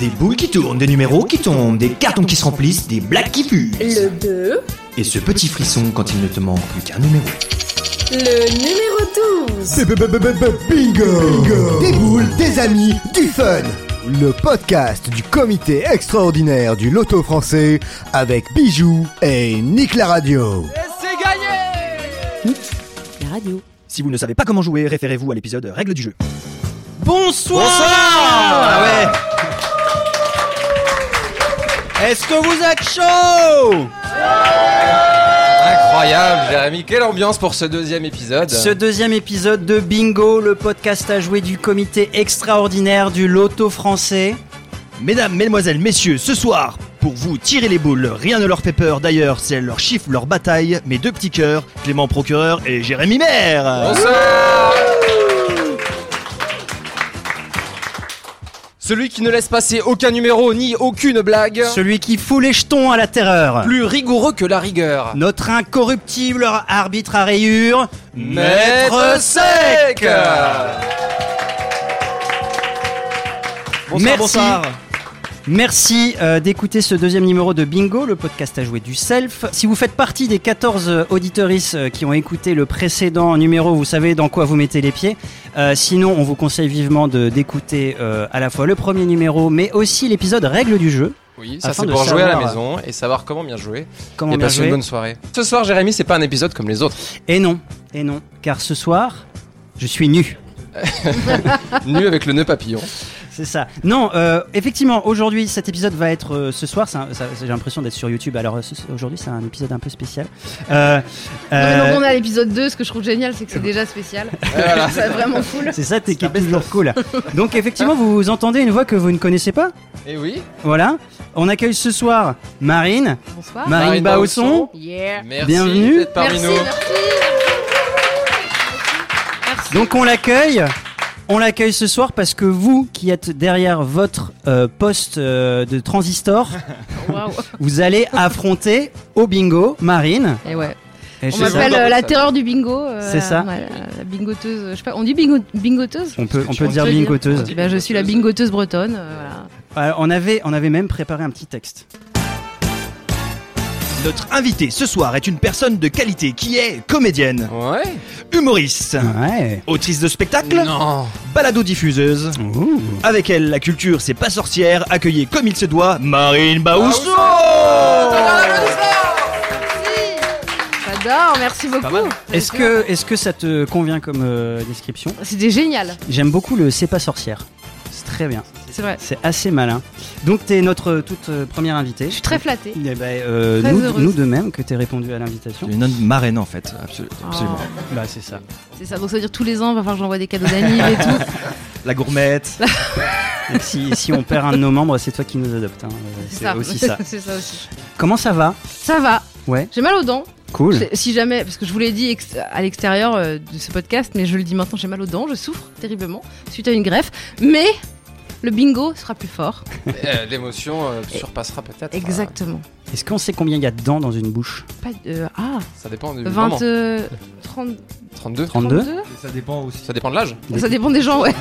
Des boules qui tournent, des numéros qui tombent, des cartons qui se remplissent, des blagues qui fusent. Le 2, Et ce petit frisson quand il ne te manque plus qu'un numéro. le numéro 12. Bingo Des boules, des amis, du fun Le podcast du comité extraordinaire du loto français avec Bijou et Nick la radio. La radio. Si vous ne savez pas comment jouer, référez-vous à l'épisode Règles du jeu. Bonsoir, Ah ouais Est-ce que vous êtes chaud Incroyable, Jérémy. Quelle ambiance pour ce deuxième épisode. Ce deuxième épisode de Bingo, le podcast à jouer du comité extraordinaire du loto français. Mesdames, mesdemoiselles, messieurs, ce soir, pour vous tirer les boules, rien ne leur fait peur d'ailleurs, c'est leur chiffre, leur bataille, mes deux petits cœurs, Clément Procureur et Jérémy Maire Bonsoir. Celui qui ne laisse passer aucun numéro ni aucune blague. Celui qui fout les jetons à la terreur. Plus rigoureux que la rigueur. Notre incorruptible arbitre à rayures, Maître sec Merci. Bonsoir, bonsoir Merci euh, d'écouter ce deuxième numéro de Bingo, le podcast à jouer du self. Si vous faites partie des 14 euh, auditorices euh, qui ont écouté le précédent numéro, vous savez dans quoi vous mettez les pieds. Euh, sinon, on vous conseille vivement de- d'écouter euh, à la fois le premier numéro, mais aussi l'épisode Règles du jeu. Oui, ça Afin c'est de pour jouer à la savoir- maison et savoir comment bien jouer. Comment et bien passer jouer une bonne soirée. Ce soir, Jérémy, c'est pas un épisode comme les autres. Et non, et non, car ce soir, je suis nu. nu avec le nœud papillon. C'est ça. Non, euh, effectivement, aujourd'hui, cet épisode va être euh, ce soir. c'est un- ça- J'ai l'impression d'être sur YouTube. Alors euh, ce- aujourd'hui, c'est un épisode un peu spécial. Euh, Non, mais euh, donc on est à l'épisode 2, ce que je trouve génial, c'est que c'est déjà spécial. C'est vraiment cool. C'est ça, t'es qui est toujours cool. Donc effectivement, vous entendez une voix que vous ne connaissez pas. Et oui. Voilà. On accueille ce soir Marine, Bonsoir. Marine, Marine Bausson. Yeah. Merci Bienvenue. d'être parmi merci, nous. merci. Merci. Donc on l'accueille. On l'accueille ce soir parce que vous qui êtes derrière votre euh, poste euh, de transistor, Waouh. vous allez affronter au bingo Marine. Et ouais. Et On c'est ça. m'appelle ça. euh, la terreur du bingo. euh, C'est la- ça. ouais, La, la bingoteuse. euh, Je sais pas, on dit bingo, bingoteuse On peut, on peut On dire peut dire. bingoteuse. Eh ben, Je suis la bingoteuse bretonne. euh, voilà. Voilà, on, avait, on avait même préparé un petit texte. Notre invité ce soir est une personne de qualité qui est comédienne, Ouais. humoriste, Ouais. autrice de spectacle, Oh. Non. balado-diffuseuse. Ouh. Avec elle, la culture, c'est pas sorcière. Accueillez comme il se doit Marine Baousson J'adore, merci beaucoup. Est-ce que, est que ça te convient comme euh, description C'était génial. J'aime beaucoup le C'est pas sorcière. C'est très bien. C'est vrai. C'est assez malin. Donc, t'es notre euh, toute euh, première invitée. Je suis très flattée. Eh ben, euh, très nous, heureuse. nous de même que t'aies répondu à l'invitation. Une marraine en fait, absolument. Oh, Bah, c'est ça. c'est ça. Donc ça veut dire tous les ans, il va falloir que j'envoie des cadeaux d'amis et tout. La gourmette. Et si, si on perd un de nos membres, c'est toi qui nous adopte. hein. Euh, C'est aussi ça. c'est ça aussi. Comment ça va Ça va. Ouais. J'ai mal aux dents. Cool. Je- Si jamais, parce que je vous l'ai dit ex- à l'extérieur euh, de ce podcast, mais je le dis maintenant, j'ai mal aux dents, je souffre terriblement suite à une greffe. Mais le bingo sera plus fort. Euh, L'émotion euh, surpassera peut-être. Exactement. Est-ce qu'on sait combien il y a de dents dans une bouche Pas de- ah, Euh, ça dépend du 20, moment. euh, 30, 32. 32 Ça dépend aussi. Ça dépend de l'âge. Ça dépend des gens, ouais.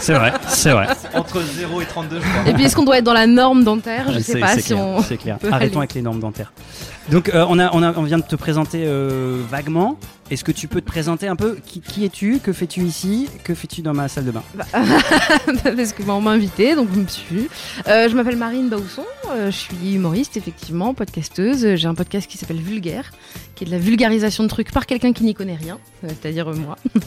C'est vrai, c'est vrai. Entre 0 et 32, je crois. Et puis est-ce qu'on doit être dans la norme dentaire Ah, Euh, Je Ah, C'est- sais pas c'est si clair, on. c'est clair. peut Arrêtons aller. avec les normes dentaires. Donc, euh, on, a, on, a- on vient de te présenter euh, vaguement. Est-ce que tu peux te présenter un peu Qui, qui es-tu Que fais-tu ici Que fais-tu dans ma salle de bain Bah, parce que bah, on m'a invité, donc vous me suivez. Euh, je m'appelle Marine Bausson, euh, je suis humoriste effectivement, podcasteuse. J'ai un podcast qui s'appelle Vulgaire, qui est de la vulgarisation de trucs par quelqu'un qui n'y connaît rien, euh, c'est-à-dire euh, moi.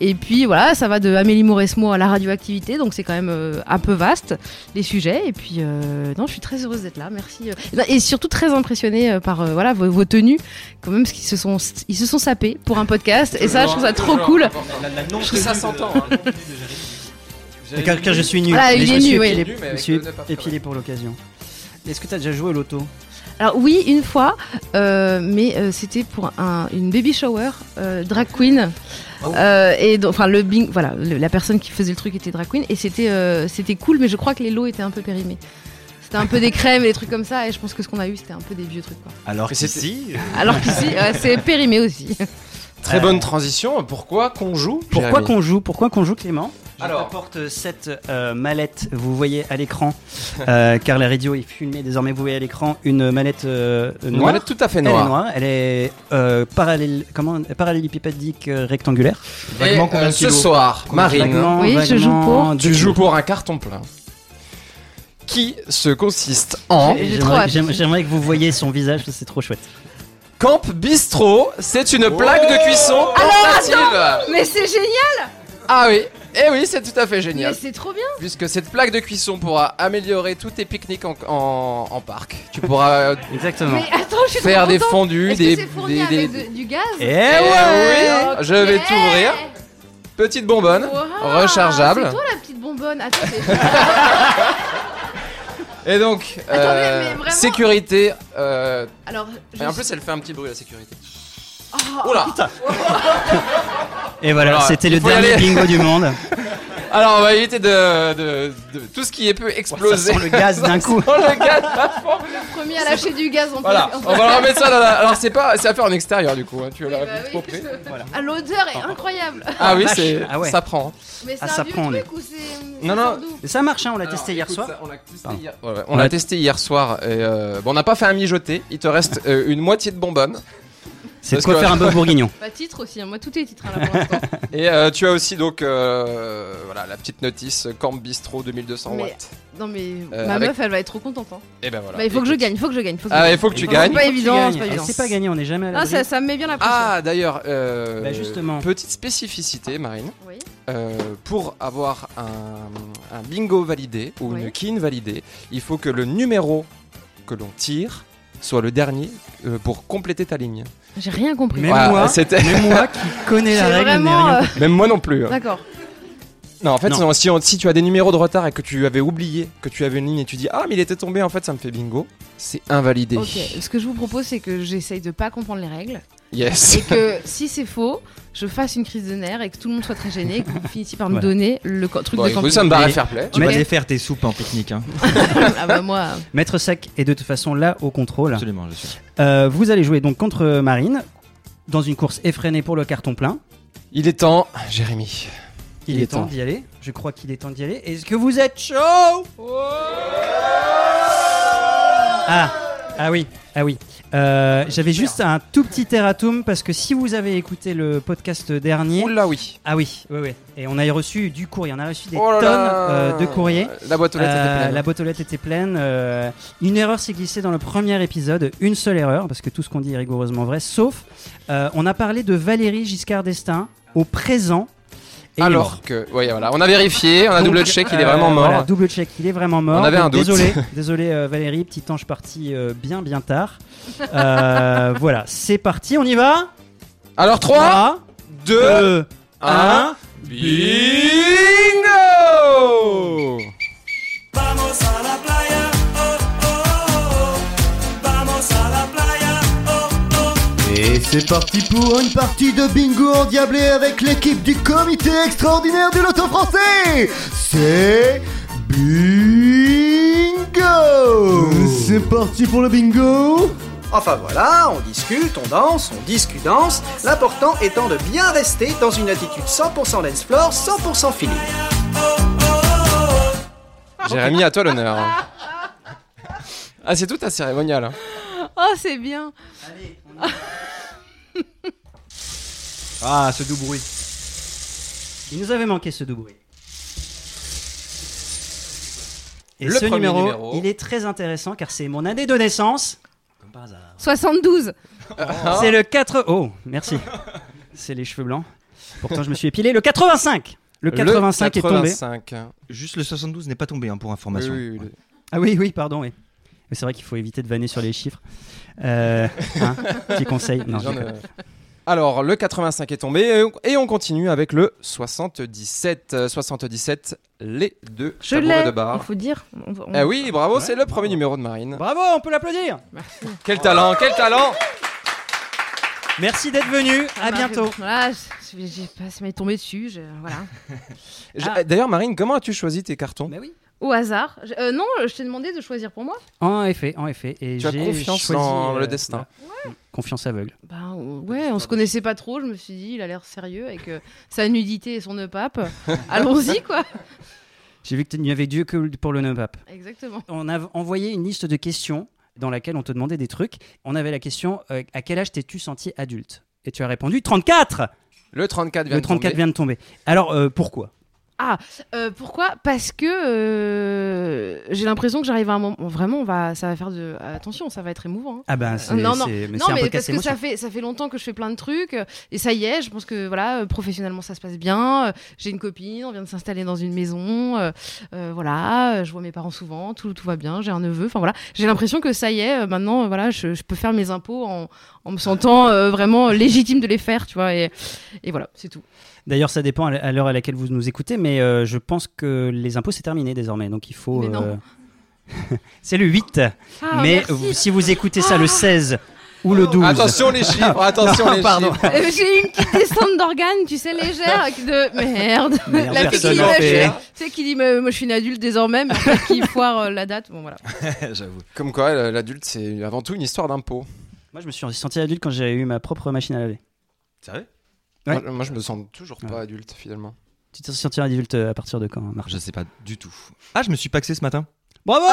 Et puis voilà, ça va de Amélie Mauresmo à la radioactivité, donc c'est quand même euh, un peu vaste les sujets. Et puis euh, non, je suis très heureuse d'être là, merci. Euh, Et surtout très impressionnée euh, par euh, voilà vos, vos tenues, quand même, parce qu'ils se sont ils se sont sapés pour un podcast. Et ça, je trouve ça trop cool. La, la non trouve ça tenue de- s'entend, la hein. non tenue de Jérémy. Et Euh, Car, car je suis nu. Voilà, Mais Ah, il je est me nu, suis oui. épilé- Il est nu, mais Je me avec suis le nœud pas épilé pour l'occasion. Est-ce que t'as déjà joué au loto Alors oui, une fois, euh, mais euh, c'était pour un, une baby shower euh, drag queen. Oh. Euh, et donc, enfin le bing, voilà, le- la personne qui faisait le truc était drag queen et c'était euh, c'était cool, mais je crois que les lots étaient un peu périmés. C'était un peu des crèmes et des trucs comme ça, et je pense que ce qu'on a eu c'était un peu des vieux trucs. Quoi. Alors Mais c'était- Alors qu'ici, ouais, c'est périmé aussi. Très bonne transition. Pourquoi qu'on joue Pourquoi Jérémy qu'on joue Pourquoi qu'on joue, Clément Je Alors. t'apporte euh, cette euh, mallette, vous voyez à l'écran, euh, car la radio est filmée désormais, vous voyez à l'écran une mallette euh, Une noire. mallette tout à fait Elle est noire. noire, elle est euh, parallèle, comment, parallélépipédique euh, rectangulaire. Et, Vaguement combien euh, de ce kilos soir, Marine, Vaguement, Oui, je joue vaguement, pour. deux tu joues kilos. pour un carton plein. Qui se consiste en J'ai trop J'aimerais hâte. j'aime- j'aimerais que vous voyez son visage, parce que c'est trop chouette. Camp Bistro, c'est une plaque de cuisson portative. Mais c'est génial, Ah oui, eh oui, c'est tout à fait génial. mais c'est trop bien. Puisque cette plaque de cuisson pourra améliorer tous tes pique-niques en, en- en parc. Tu pourras euh, Exactement. Mais attends, je suis faire trop des contente. fondus, Est-ce des, que c'est fourni des- avec des- de- du gaz Eh Eh ouais oui, je vais Ouais. t'ouvrir. Petite bonbonne, Waouh, rechargeable. C'est toi la petite bonbonne. Attends, c'est- Et donc, Attendez, euh, mais vraiment- sécurité. euh, Alors, je et en plus, elle fait un petit bruit, la sécurité. Oh. Oula Et voilà, Alors, c'était il le faut y dernier aller. bingo du monde. Alors, on va éviter de, de- de- tout ce qui est peut exploser. Ça sent le gaz d'un coup. Ça sent le gaz à fond. premier à lâcher du gaz, on peut- Voilà, on peut- on va leur mettre ça dans la... Alors, c'est pas... C'est à faire en extérieur, du coup. hein, Tu Oui, l'as bah oui, vite compris. parce que- Ah, L'odeur est incroyable. Ah oui, vache. c'est... Ah ouais. ça prend. hein. Mais c'est Ah, un ça vieux prend, truc ou c'est. Non, ça non. sort d'où Mais ça marche, hein, on l'a Alors, testé hier Ah, écoute, soir. ça, on l'a testé Pardon. hier- ouais, ouais, on Ouais. l'a testé hier soir. Et euh, bon, on n'a pas fait un mijoté. Il te reste euh, une moitié de bonbonne. C'est de Parce quoi que- faire un beau bourguignon. Bah, titre aussi, hein. moi tout est titre hein, là pour l'instant. Et euh, tu as aussi donc euh, voilà la petite notice Camp Bistro 2200 Mais- watts. Non, mais Euh, ma avec- meuf elle va être trop contente. hein. Et ben voilà. bah, il faut que je Écoute. gagne, il faut que je gagne. Faut que je Ah, gagne. il faut que tu Non, gagnes. c'est pas évident, Tu c'est pas gagnes. évident. Ah, C'est pas gagné, on n'est jamais à Ah, l'abri. ça, ça me met bien la pression. Ah d'ailleurs, euh, Bah, justement. petite spécificité Marine, Oui. Euh, pour avoir un, un bingo validé ou une Oui. kin validée, il faut que le numéro que l'on tire soit le dernier euh, pour compléter ta ligne. J'ai rien compris. Même Voilà, moi, c'était- même moi qui connais la C'est règle, mais vraiment. rien. euh, Même moi non plus. hein. D'accord. Non, en fait, Non. Si, on- si tu as des numéros de retard et que tu avais oublié que tu avais une ligne et tu dis Ah, mais il était tombé, en fait, ça me fait bingo, c'est invalidé. Ok. Ce que je vous propose, c'est que j'essaye de pas comprendre les règles. Yes. et que si c'est faux, je fasse une crise de nerfs et que tout le monde soit très gêné et que vous finissiez par me Voilà. donner le co- truc Bon, de écoute, camping. ça me paraît Mais- fair play. Tu vas Ok. les faire tes soupes en pique-nique. Hein. ah bah moi, Maître Sec est de toute façon là au contrôle. Absolument, je suis. Euh, vous allez jouer donc contre Marine dans une course effrénée pour le carton plein. Il est temps, Jérémy. Il, est temps d'y aller. Je crois qu'il est temps d'y aller. Est-ce que vous êtes chaud Ah, ah oui, ah oui. Euh, J'avais juste un tout petit erratum parce que si vous avez écouté le podcast dernier, Oula, oui. ah oui, oui, oui, et on a reçu du courrier, on a reçu des Oh là tonnes là. euh, de courriers. La boîte aux lettres Euh, était pleine. hein. la boîte aux lettres était pleine. euh, une erreur s'est glissée dans le premier épisode, une seule erreur, parce que tout ce qu'on dit est rigoureusement vrai, sauf euh, on a parlé de Valérie Giscard d'Estaing au présent. et il est Alors mort. que, ouais, voilà, on a vérifié, on a Donc, double check, il est euh, vraiment mort. voilà, double check, il est vraiment mort. On avait Donc, un doute. Désolé, désolé euh, Valérie, petit ange parti euh, bien bien tard. Euh, voilà, c'est parti, on y va Alors 3, 2, 2, 1, 1. bingo Et c'est parti pour une partie de bingo endiablé avec l'équipe du comité extraordinaire du loto français C'est bingo C'est parti pour le bingo Enfin voilà, on discute, on danse, on discute, danse, l'important étant de bien rester dans une attitude 100% lens floor, 100% feeling. Jérémy, à toi l'honneur. Ah, c'est tout un cérémonial. hein. oh c'est bien. Ah, ce doux bruit. Il nous avait manqué ce double. Et Le ce premier numéro, numéro. il est très intéressant car c'est mon année de naissance. 72. Ah. C'est le 4. Oh, merci. c'est les cheveux blancs. Pourtant, je me suis épilé. Le 85 Le 85 est tombé. Juste le 72 n'est pas tombé, hein, pour bah, information. Oui, oui, oui. Ah oui, oui, pardon, oui. Mais c'est vrai qu'il faut éviter de vanner sur les chiffres. Euh, hein, petit conseil. Les Non, je gens déconne. ne- Ah, Alors, le 85 est tombé et on- et on continue avec le 77. Euh, 77, les deux Je tabourets l'ai, de il bar. faut dire. On- on- Eh oui, bravo, c'est le premier numéro de Marine. Bravo, on peut l'applaudir. Quel talent, quel talent Merci d'être venu. Ça À m'a- bientôt. Voilà, je- j'ai- j'ai pas- ça m'est tombé dessus. je- voilà. Je- D'ailleurs, Marine, comment as-tu choisi tes cartons Au hasard. Je- euh, non, je t'ai demandé de choisir pour moi. En effet, en effet. Et Tu as j'ai confiance choisi, en euh, le destin. Confiance aveugle. Bah ouais, on se connaissait pas trop. Je me suis dit, il a l'air sérieux avec euh, sa nudité et son e-pape. Allons-y, quoi. J'ai vu que tu n'y avais Dieu que pour le NEPAP. Exactement. On a envoyé une liste de questions dans laquelle on te demandait des trucs. On avait la question euh, à quel âge t'es-tu senti adulte Et tu as répondu 34 Le 34 vient Le de 34 tomber. vient de tomber. Alors euh, pourquoi Ah, euh, pourquoi Parce que euh, j'ai l'impression que j'arrive à un moment. Vraiment, on va, ça va faire de. Attention, ça va être émouvant. hein. Ah ben c'est non, non, c'est- mais non, c'est un mais parce podcast que ça émotion. fait, ça fait longtemps que je fais plein de trucs euh, et ça y est, je pense que voilà, euh, professionnellement ça se passe bien. euh, J'ai une copine, on vient de s'installer dans une maison, euh, euh, voilà, euh, je vois mes parents souvent, tout, tout va bien, j'ai un neveu, enfin voilà, j'ai l'impression que ça y est, euh, maintenant euh, voilà, je, je peux faire mes impôts en, en me sentant euh, vraiment légitime de les faire, tu vois, et, et voilà, c'est tout. D'ailleurs ça dépend à l'heure à laquelle vous nous écoutez, mais euh, je pense que les impôts c'est terminé désormais, donc il faut. Mais non. euh, c'est le 8. mais Ah, merci. Ah. Oh. vous- si vous écoutez ça le 16 ou le 12. Attention les chiffres, attention Non, les pardon. chiffres. Euh, j'ai eu une petite descente d'organes, tu sais, légère, de merde. Merde, la fille qui personne dit, n'en bah, je- fait. tu sais, qui dit, mais moi je suis une adulte désormais, mais en fait, qui foire euh, la date, bon voilà. J'avoue. Comme quoi, euh, l'adulte, c'est avant tout une histoire d'impôt. Moi je me suis senti adulte quand j'ai eu ma propre machine à laver. Sérieux Ouais. Moi, moi, je me sens toujours pas adulte finalement. Tu t'es senti adulte euh, à partir de quand, hein, Marc Je sais pas du tout. Ah, je me suis paxé ce matin. Bravo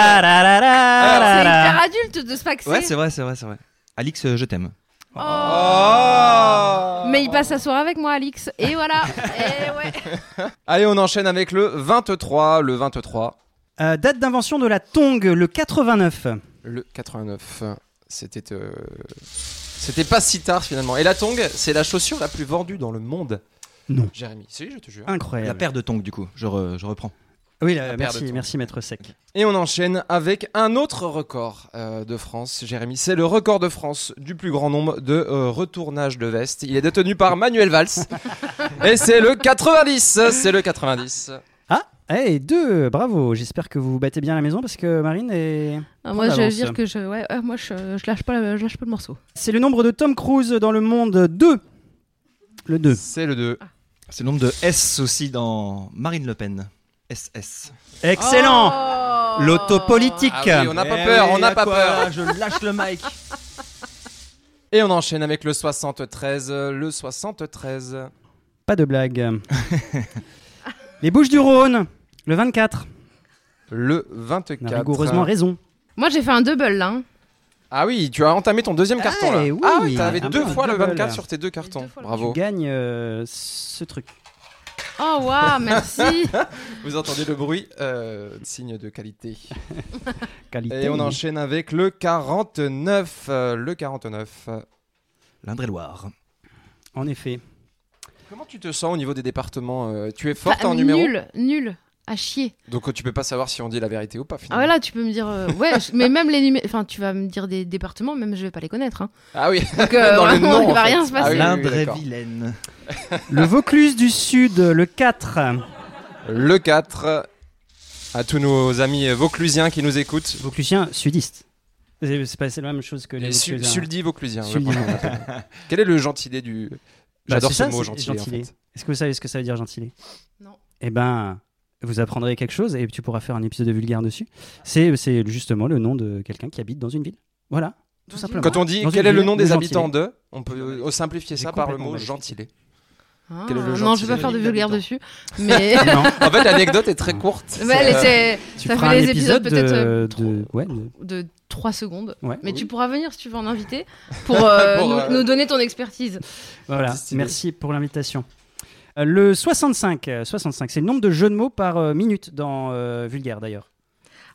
C'est Pararararararara. hyper adulte de se faxer. Ouais, c'est vrai, c'est vrai, c'est vrai. Alix, euh, je t'aime. Oh. Mais il passe sa soirée avec moi, Alix. Et voilà. Et ouais. Allez, on enchaîne avec le 23. Le 23, Euh, Date d'invention de la tongue, le 89. le 89. C'était euh, c'était pas si tard finalement. Et la tongue, c'est la chaussure la plus vendue dans le monde. Non. Jérémy, si, je te jure. La Incroyable. paire de tongs, du coup. Je, re- je reprends. Oui, la- paire de merci, tongs. merci Maître Sec. Et on enchaîne avec un autre record euh, de France, Jérémy. C'est le record de France du plus grand nombre de euh, retournages de veste. Il est détenu par Manuel Valls. Et c'est le 90. C'est le 90. Ah, et deux, bravo. J'espère que vous vous battez bien à la maison parce que Marine est... Ah, moi, je veux d'avance. dire que je, ouais, euh, moi, je, je lâche pas, le- je lâche pas le morceau. C'est le nombre de Tom Cruise dans le monde 2. Le 2. C'est le 2. C'est le nombre de S aussi dans Marine Le Pen. SS. Oh. Excellent L'autopolitique. Ah oui, on n'a pas peur, on n'a pas peur. Je lâche le mic. Et on enchaîne avec le 73. Le 73. Pas de blague. Les Bouches du Rhône, le 24. Le On a 24. rigoureusement raison. Moi, j'ai fait un double là. hein. Ah oui, tu as entamé ton deuxième carton là. Eh oui, ah oui, t'avais un deux peu fois le double. 24 sur tes deux cartons. Deux fois le Bravo. Tu gagnes euh, ce truc. Oh, waouh, merci. Vous entendez le bruit euh, Signe de qualité. Qualité. Et on enchaîne avec le 49. euh, le 49. euh, L'Indre-et-Loire. En effet. Comment tu te sens au niveau des départements euh, Tu es forte Bah, en numéro Nul, nul. À chier. Donc euh, tu peux pas savoir si on dit la vérité ou pas Ah, finalement. voilà, tu peux me dire. euh, ouais, je- mais même les numéros. Enfin, tu vas me dire des départements, même je vais pas les connaître. hein. Ah oui. Donc, euh, Dans le vraiment, nom, il en va fait. rien se Ah oui, oui, passer. oui, L'Indre-et-Vilaine. Le Vaucluse du Sud, le 4. Le 4. euh, À tous nos amis vauclusiens qui nous écoutent. Vauclusien sudiste. C'est c'est pas c'est la même chose que les, Les su- Vauclusiens. Suldi hein, vauclusiens. je Suldi, crois on qu'on l'appelle. Quel est le gentilé du. Bah, J'adore c'est ce ça, mot c'est gentilé. en fait. Est-ce que vous savez ce que ça veut dire gentilé Non. Eh ben, vous apprendrez quelque chose et tu pourras faire un épisode de vulgaire dessus. C'est c'est justement le nom de quelqu'un qui habite dans une ville. Voilà, tout Dans une simplement. Quand on dit Dans quel une est le ville, nom le des gentilé. habitants de, on peut euh, simplifier J'ai ça par le complètement mot mal gentilé. Ah, Quel est le non, je gentil vais pas faire de des vulgaire dessus. Mais. Non, En fait, l'anecdote est très courte. euh, mais elle était- tu Ça feras fait un les épisodes épisode peut-être, de, euh, de- ouais, de- de 3 secondes. ouais. Mais tu pourras venir si tu veux en inviter pour, euh, Pour, nous, euh, nous donner ton expertise. Voilà, Distillé. merci pour l'invitation. Euh, Le 65, euh, 65 c'est le nombre de jeux de mots par euh, minute dans euh, Vulgaire d'ailleurs.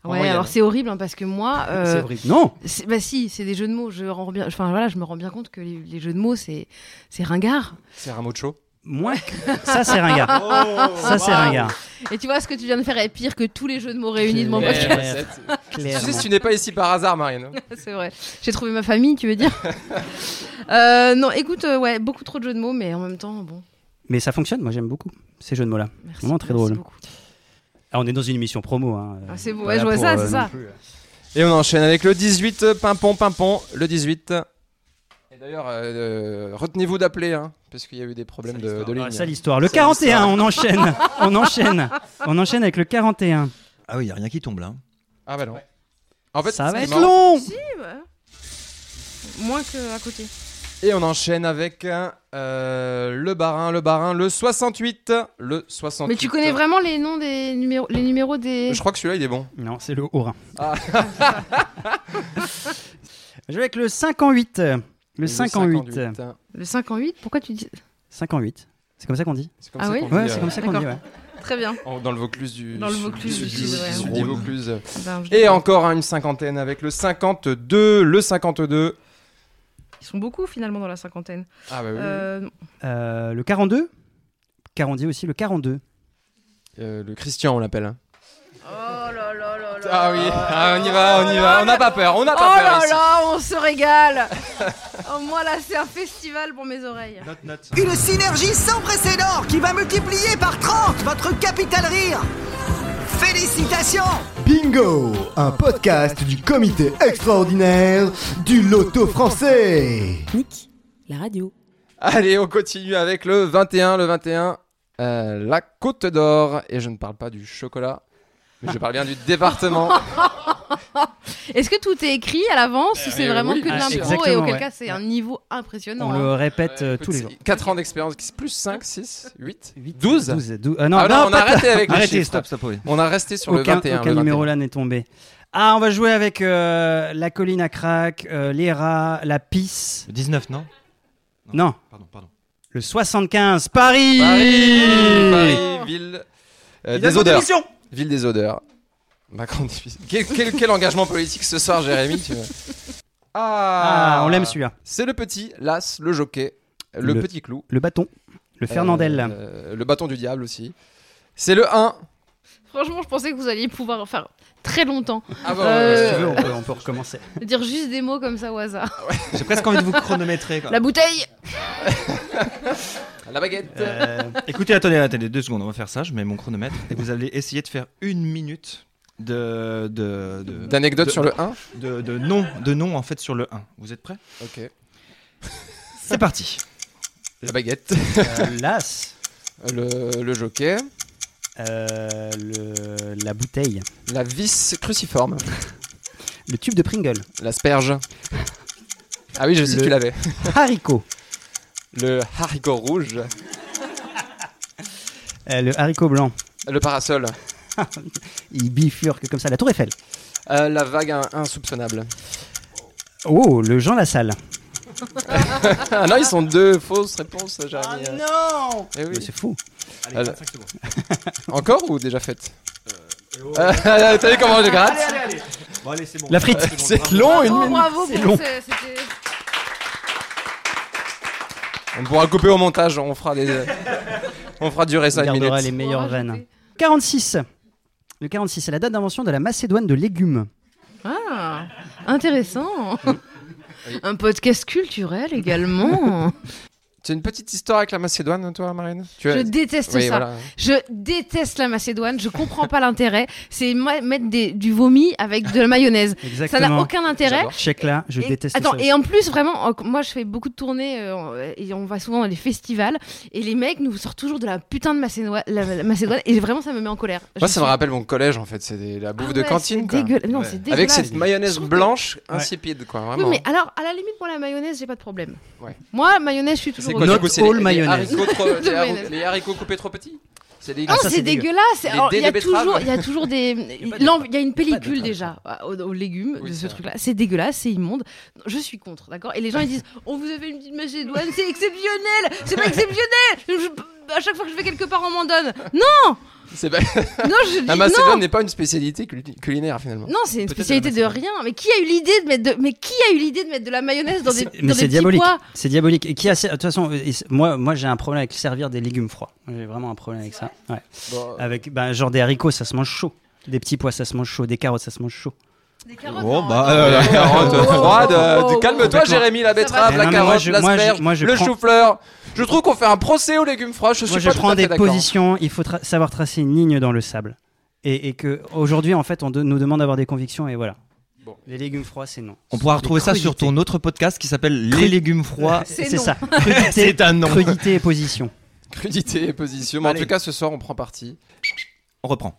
Ouais, Royal. alors c'est horrible hein, parce que moi. euh, C'est horrible. Non c'est- Bah si, c'est des jeux de mots. Je, rends bien, enfin, voilà, je me rends bien compte que les, les jeux de mots, c'est c'est ringard. C'est Ramocho. Moins que... Ça, c'est ringard. Oh, Ça, c'est ringard. Et tu vois, ce que tu viens de faire est pire que tous les jeux de mots réunis de mon Claire. podcast. Eh, c'est- Tu sais, si tu n'es pas ici par hasard, Marine. C'est vrai. J'ai trouvé ma famille, tu veux dire Euh, Non, écoute, euh, ouais, beaucoup trop de jeux de mots, mais en même temps, bon, Mais ça fonctionne, moi j'aime beaucoup ces jeux de mots-là. merci. Vraiment très merci drôle. beaucoup. Ah, on est dans une émission promo. Hein. Ah, c'est beau, Pas ouais, là je vois pour, ça, euh, c'est non ça. Et on enchaîne avec le 18, pimpon, pimpon, le 18. Et d'ailleurs, euh, euh, retenez-vous d'appeler, hein, parce qu'il y a eu des problèmes de, de ligne. Ah, ça l'histoire. Le 41, on enchaîne. on enchaîne. On enchaîne avec le 41. Ah oui, il a rien qui tombe là. Ah bah non. En fait, ça va c'est être marrant. long. bah, Moins qu'à côté. Et on enchaîne avec hein, euh, le barin, le barin, le 68. Le 68. Mais tu connais vraiment les noms des numéros, les numéros des. Je crois que celui-là, il est bon. Non, c'est le Haut-Rhin. Ah. je vais avec le 58. Le 58. 58. Le 5 en 8 Pourquoi tu dis 58. C'est comme ça qu'on dit C'est comme Ah ça oui qu'on dit, Ouais, c'est euh, comme ça qu'on dit. D'accord. ouais. Très bien. en- dans le Vaucluse du Dans le sud- Vaucluse sud- du sud, ouais. sud- Ouais. Vaucluse. Ben, je- Et encore hein, une cinquantaine avec le 52, le 52. Ils sont beaucoup finalement dans la cinquantaine. Ah bah oui. Euh, Euh, le 42. Car on dit aussi le 42. Euh, le Christian, on l'appelle. hein. Oh là là là là. Ah oui, Ah, on y va, on y va. On n'a pas peur, on n'a Oh pas peur. là ici. là, on se régale. oh, moi là, c'est un festival pour mes oreilles. Une synergie sans précédent qui va multiplier par 30 votre capital rire. Félicitations Bingo, un podcast du comité extraordinaire du loto français. Nick, la radio. Allez, on continue avec le 21, le 21. euh, la Côte d'Or. Et je ne parle pas du chocolat, mais je parle bien du département. Est-ce que tout est écrit à l'avance ou c'est euh, vraiment oui, que de bien sûr. l'impro et auquel Exactement, cas c'est ouais. un niveau impressionnant on hein. le répète euh, tous les jours. 4 ans d'expérience, plus 5, 6, 8, 12. 12, dou- euh, non, Ah non, non, on a pas- arrêté avec les Arrêtez, chiffres. stop, stop. On a resté sur aucun, le 21. aucun le numéro 21. là n'est tombé. Ah, on va jouer avec euh, la colline à crack, euh, les rats, la pisse. Le 19, non Non, Pardon, pardon. le 75, Paris, Bah. Paris, Paris, ville euh, des odeurs. Ville des odeurs. Macron difficile. Quel, quel- quel engagement politique ce soir, Jérémy tu vois. Ah, on l'aime celui-là. C'est le petit, l'as, le jockey, le, Le- petit clou. Le bâton, le Fernandel. Euh, le bâton du diable aussi. C'est le 1. Franchement, je pensais que vous alliez pouvoir en faire très longtemps. Ah bah, Euh, Si ouais, tu veux, ouais, on ouais. peut, on peut recommencer. Dire juste des mots comme ça au hasard. J'ai presque envie de vous chronométrer. quoi. La bouteille La baguette. Euh, Écoutez, attendez, attendez deux secondes, on va faire ça. Je mets mon chronomètre et vous allez essayer de faire une minute de de de, D'anecdotes de- sur le 1. de, de nom de nom en fait sur le 1. Vous êtes prêts Ok. C'est parti. La baguette. euh, L'as, Le, le jockey. euh, le- la bouteille, La vis cruciforme. le tube de Pringle, L'asperge. Ah oui, je sais Le- que tu l'avais. haricot, Le haricot rouge. euh, le haricot blanc. Le parasol. Il bifurque comme ça, la tour Eiffel. Euh, la vague in- insoupçonnable. Oh, le Jean Lassalle. Ah non, ils sont deux fausses réponses, Jérémy. Ah, non Eh oui. C'est fou. Allez, Encore ou déjà faite Euh, T'as vu comment je gratte Bon allez, c'est bon. La frite. C'est long une Oh, minute. bravo C'est pour long. ce- c'était- On pourra couper au montage, on fera des. on fera durer On ça une gardera minute. les meilleures pour rajouter. vannes. 46. Le 46, c'est la date d'invention de la Macédoine de légumes. Ah, intéressant Un podcast culturel également Tu as une petite histoire avec la Macédoine, toi, Marine tu Je as- déteste Oui, ça voilà. Je déteste la Macédoine, je comprends pas l'intérêt. C'est ma- mettre des- du vomi avec de la mayonnaise. Ça n'a aucun intérêt. J'adore. Check là, je Et- déteste Attends, ça. et en plus, vraiment, en- moi je fais beaucoup de tournées euh, et on va souvent dans les festivals et les mecs nous sortent toujours de la putain de Macédoine, la- la Macédoine, et vraiment ça me met en colère. Moi, ça me rappelle mon collège, en fait. C'est des- la bouffe de cantine, quoi. Non, Ouais. c'est Avec dégueulasse. cette mayonnaise Je trouve blanche Ouais. insipide, quoi. Oui, Vraiment. mais alors, à la limite, pour la mayonnaise, j'ai pas de problème. Ouais. Moi, mayonnaise, je suis toujours. C'est au quoi, top. du coup, c'est les, all les mayonnaise. haricots trop- De les, haricots- mayonnaise. les haricots coupés trop petits C'est des. Non, Ah, ça, c'est c'est dégueu. dégueulasse. Alors, dés Il y a de toujours, betterave. il y a toujours des, pas de l'en- il y a une pellicule betterave. déjà euh, aux, aux légumes Oui, de c'est ce vrai. truc-là. C'est dégueulasse, c'est immonde. Non, Je suis contre, d'accord. Et les gens ils disent, on vous avait une petite macédoine, c'est exceptionnel, c'est pas exceptionnel. Je- à chaque fois que je vais quelque part, on m'en donne. Non, C'est pas- Non, je dis La non. Macédoine n'est pas une spécialité culi- culinaire finalement. Non, c'est une Peut-être spécialité de de la rien. Mais qui a eu l'idée de mettre de... mais qui a eu l'idée de mettre de la mayonnaise dans des, C'est- dans mais des c'est petits diabolique. pois C'est diabolique. Et qui a, de toute façon, et c'est- moi, moi j'ai un problème avec servir des légumes froids. J'ai vraiment un problème avec ça. Ouais. Bon, Avec, ben, genre des haricots, ça se mange chaud. Des petits pois, ça se mange chaud. Des carottes, ça se mange chaud. Des carottes. Oh, non. bah, euh, la carotte oh, oh, froide, euh, oh, tu- oh, calme-toi, complètement. Jérémy, la betterave, Mais la non, mais moi, carotte, je- moi, je- l'asperge, moi, je le prends- chou-fleur. Je trouve qu'on fait un procès aux légumes froids. Je suis Moi, je pas tout prends à fait des d'accord. positions. Il faut tra- savoir tracer une ligne dans le sable. Et, et que aujourd'hui, en fait, on de- nous demande d'avoir des convictions. Et voilà. Bon. Les légumes froids, c'est non. On pourra Des retrouver ça sur crudités. ton autre podcast qui s'appelle Cru- Les légumes froids. C'est C'est non. ça. C'est un nom. Crudité et position. Crudité et position. Mais en Allez. tout cas, ce soir, on prend parti. On reprend.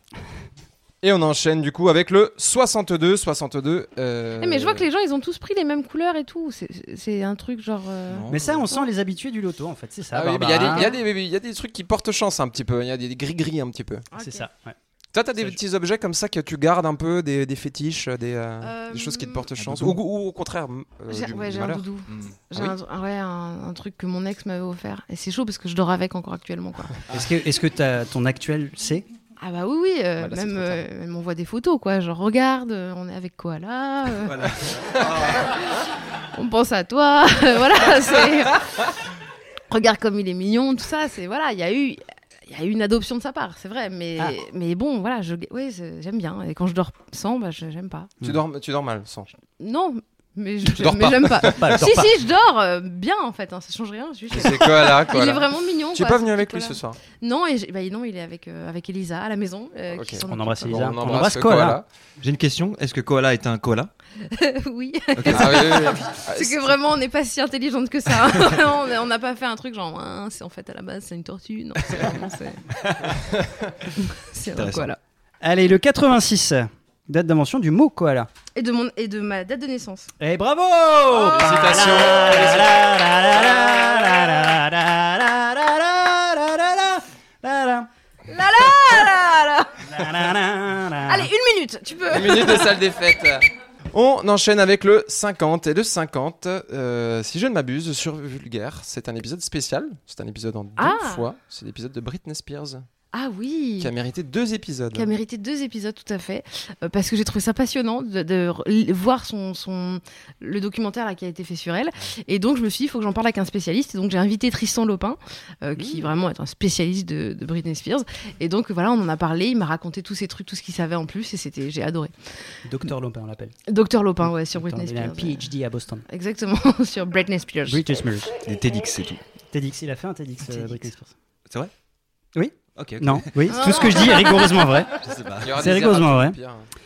Et on enchaîne du coup avec le 62. 62. euh, Eh, Mais je vois que les gens, ils ont tous pris les mêmes couleurs et tout. C'est- C'est un truc genre. euh, Mais ça, on sent les habitués du loto, en fait. C'est ça. Ah oui, mais il y a des- Barbara. il y, a des- il y a des trucs qui portent chance un petit peu. Il y a des gris-gris un petit peu. C'est ça. ouais. Toi, t'as des Ça, je- petits objets comme ça que tu gardes un peu, des, des fétiches, des, euh, Euh, des choses qui te portent chance. Ou, doudou. ou au contraire, m- euh, J'ai du, ouais, du j'ai un malheur. doudou. Hmm. J'ai Ah un, un- ouais, un- un truc que mon ex m'avait offert. Et c'est chaud parce que je dors avec encore actuellement. Quoi. Est-ce que, est-ce que t'as- ton actuel c'est Ah bah oui, oui, euh, Bah là, c'est même trop tard. euh, elle m'envoie des photos, quoi. Genre, regarde, euh, on est avec Koala. euh, on pense à toi. voilà, c'est. Regarde comme il est mignon, tout ça. C'est voilà, il y a eu. Il y a eu une adoption de sa part, c'est vrai, mais, Ah. mais bon, voilà, je, ouais, c'est- j'aime bien. Et quand je dors sans, bah, je- j'aime pas. Mm. Tu dors, tu dors mal, sans. Non, mais je- Tu dors mais pas. j'aime pas. Pas- si, dors pas. si, je dors euh, bien en fait, hein, ça change rien. juste- C'est quoi là, quoi Il là est vraiment mignon. Tu es quoi, pas ce venu petit avec lui ce koala. soir. Ah, Non, et j'ai- bah, non, il est avec, euh, avec Elisa à la maison. euh, Ok. qui sont On embrasse occupés. Elisa. Bon, on embrasse Koala. J'ai une question. Est-ce que Koala est un koala oui, Ah oui, oui, oui. Ah, c'est que vraiment, on n'est pas si intelligente que ça. hein. on on n'a pas fait un truc genre, Hein, c'est en fait à la base, c'est une tortue. Non, c'est vraiment. c'est- C'est un Intéressant. koala. Allez, le 86, date d'invention du mot koala. Et de, mon, et de ma date de naissance. Et Eh, bravo Félicitations. La la la la la la la la la la la La la la la. la la la la. Allez, une minute, tu peux. Ah. Une minute de salle des fêtes. On enchaîne avec le 50. Et le 50, euh, si je ne m'abuse, sur Vulgaire, c'est un épisode spécial. C'est un épisode en deux Ah. fois. C'est l'épisode de Britney Spears Ah oui. qui a mérité deux épisodes. qui a mérité deux épisodes tout à fait euh, parce que j'ai trouvé ça passionnant de, de re- l- voir son, son le documentaire là, qui a été fait sur elle et donc je me suis dit il faut que j'en parle avec un spécialiste et donc j'ai invité Tristan Lopin euh, Mmh. qui vraiment est un spécialiste de, de Britney Spears et donc voilà on en a parlé il m'a raconté tous ses trucs tout ce qu'il savait en plus et c'était j'ai adoré Docteur Lopin, on l'appelle. Docteur Lopin ouais sur Docteur, Britney Il a un Spears PhD à Boston. ouais. exactement sur Britney Spears British Spears. Des TEDx, c'est tout. TEDx, il a fait un TEDx, euh, TEDx. Britney Spears. C'est vrai Oui. Ok, ok. Non, oui, tout ce que je dis est Ah. rigoureusement vrai. Je sais pas. Il y aura C'est des rigoureusement erreurs, vrai. pire. hein.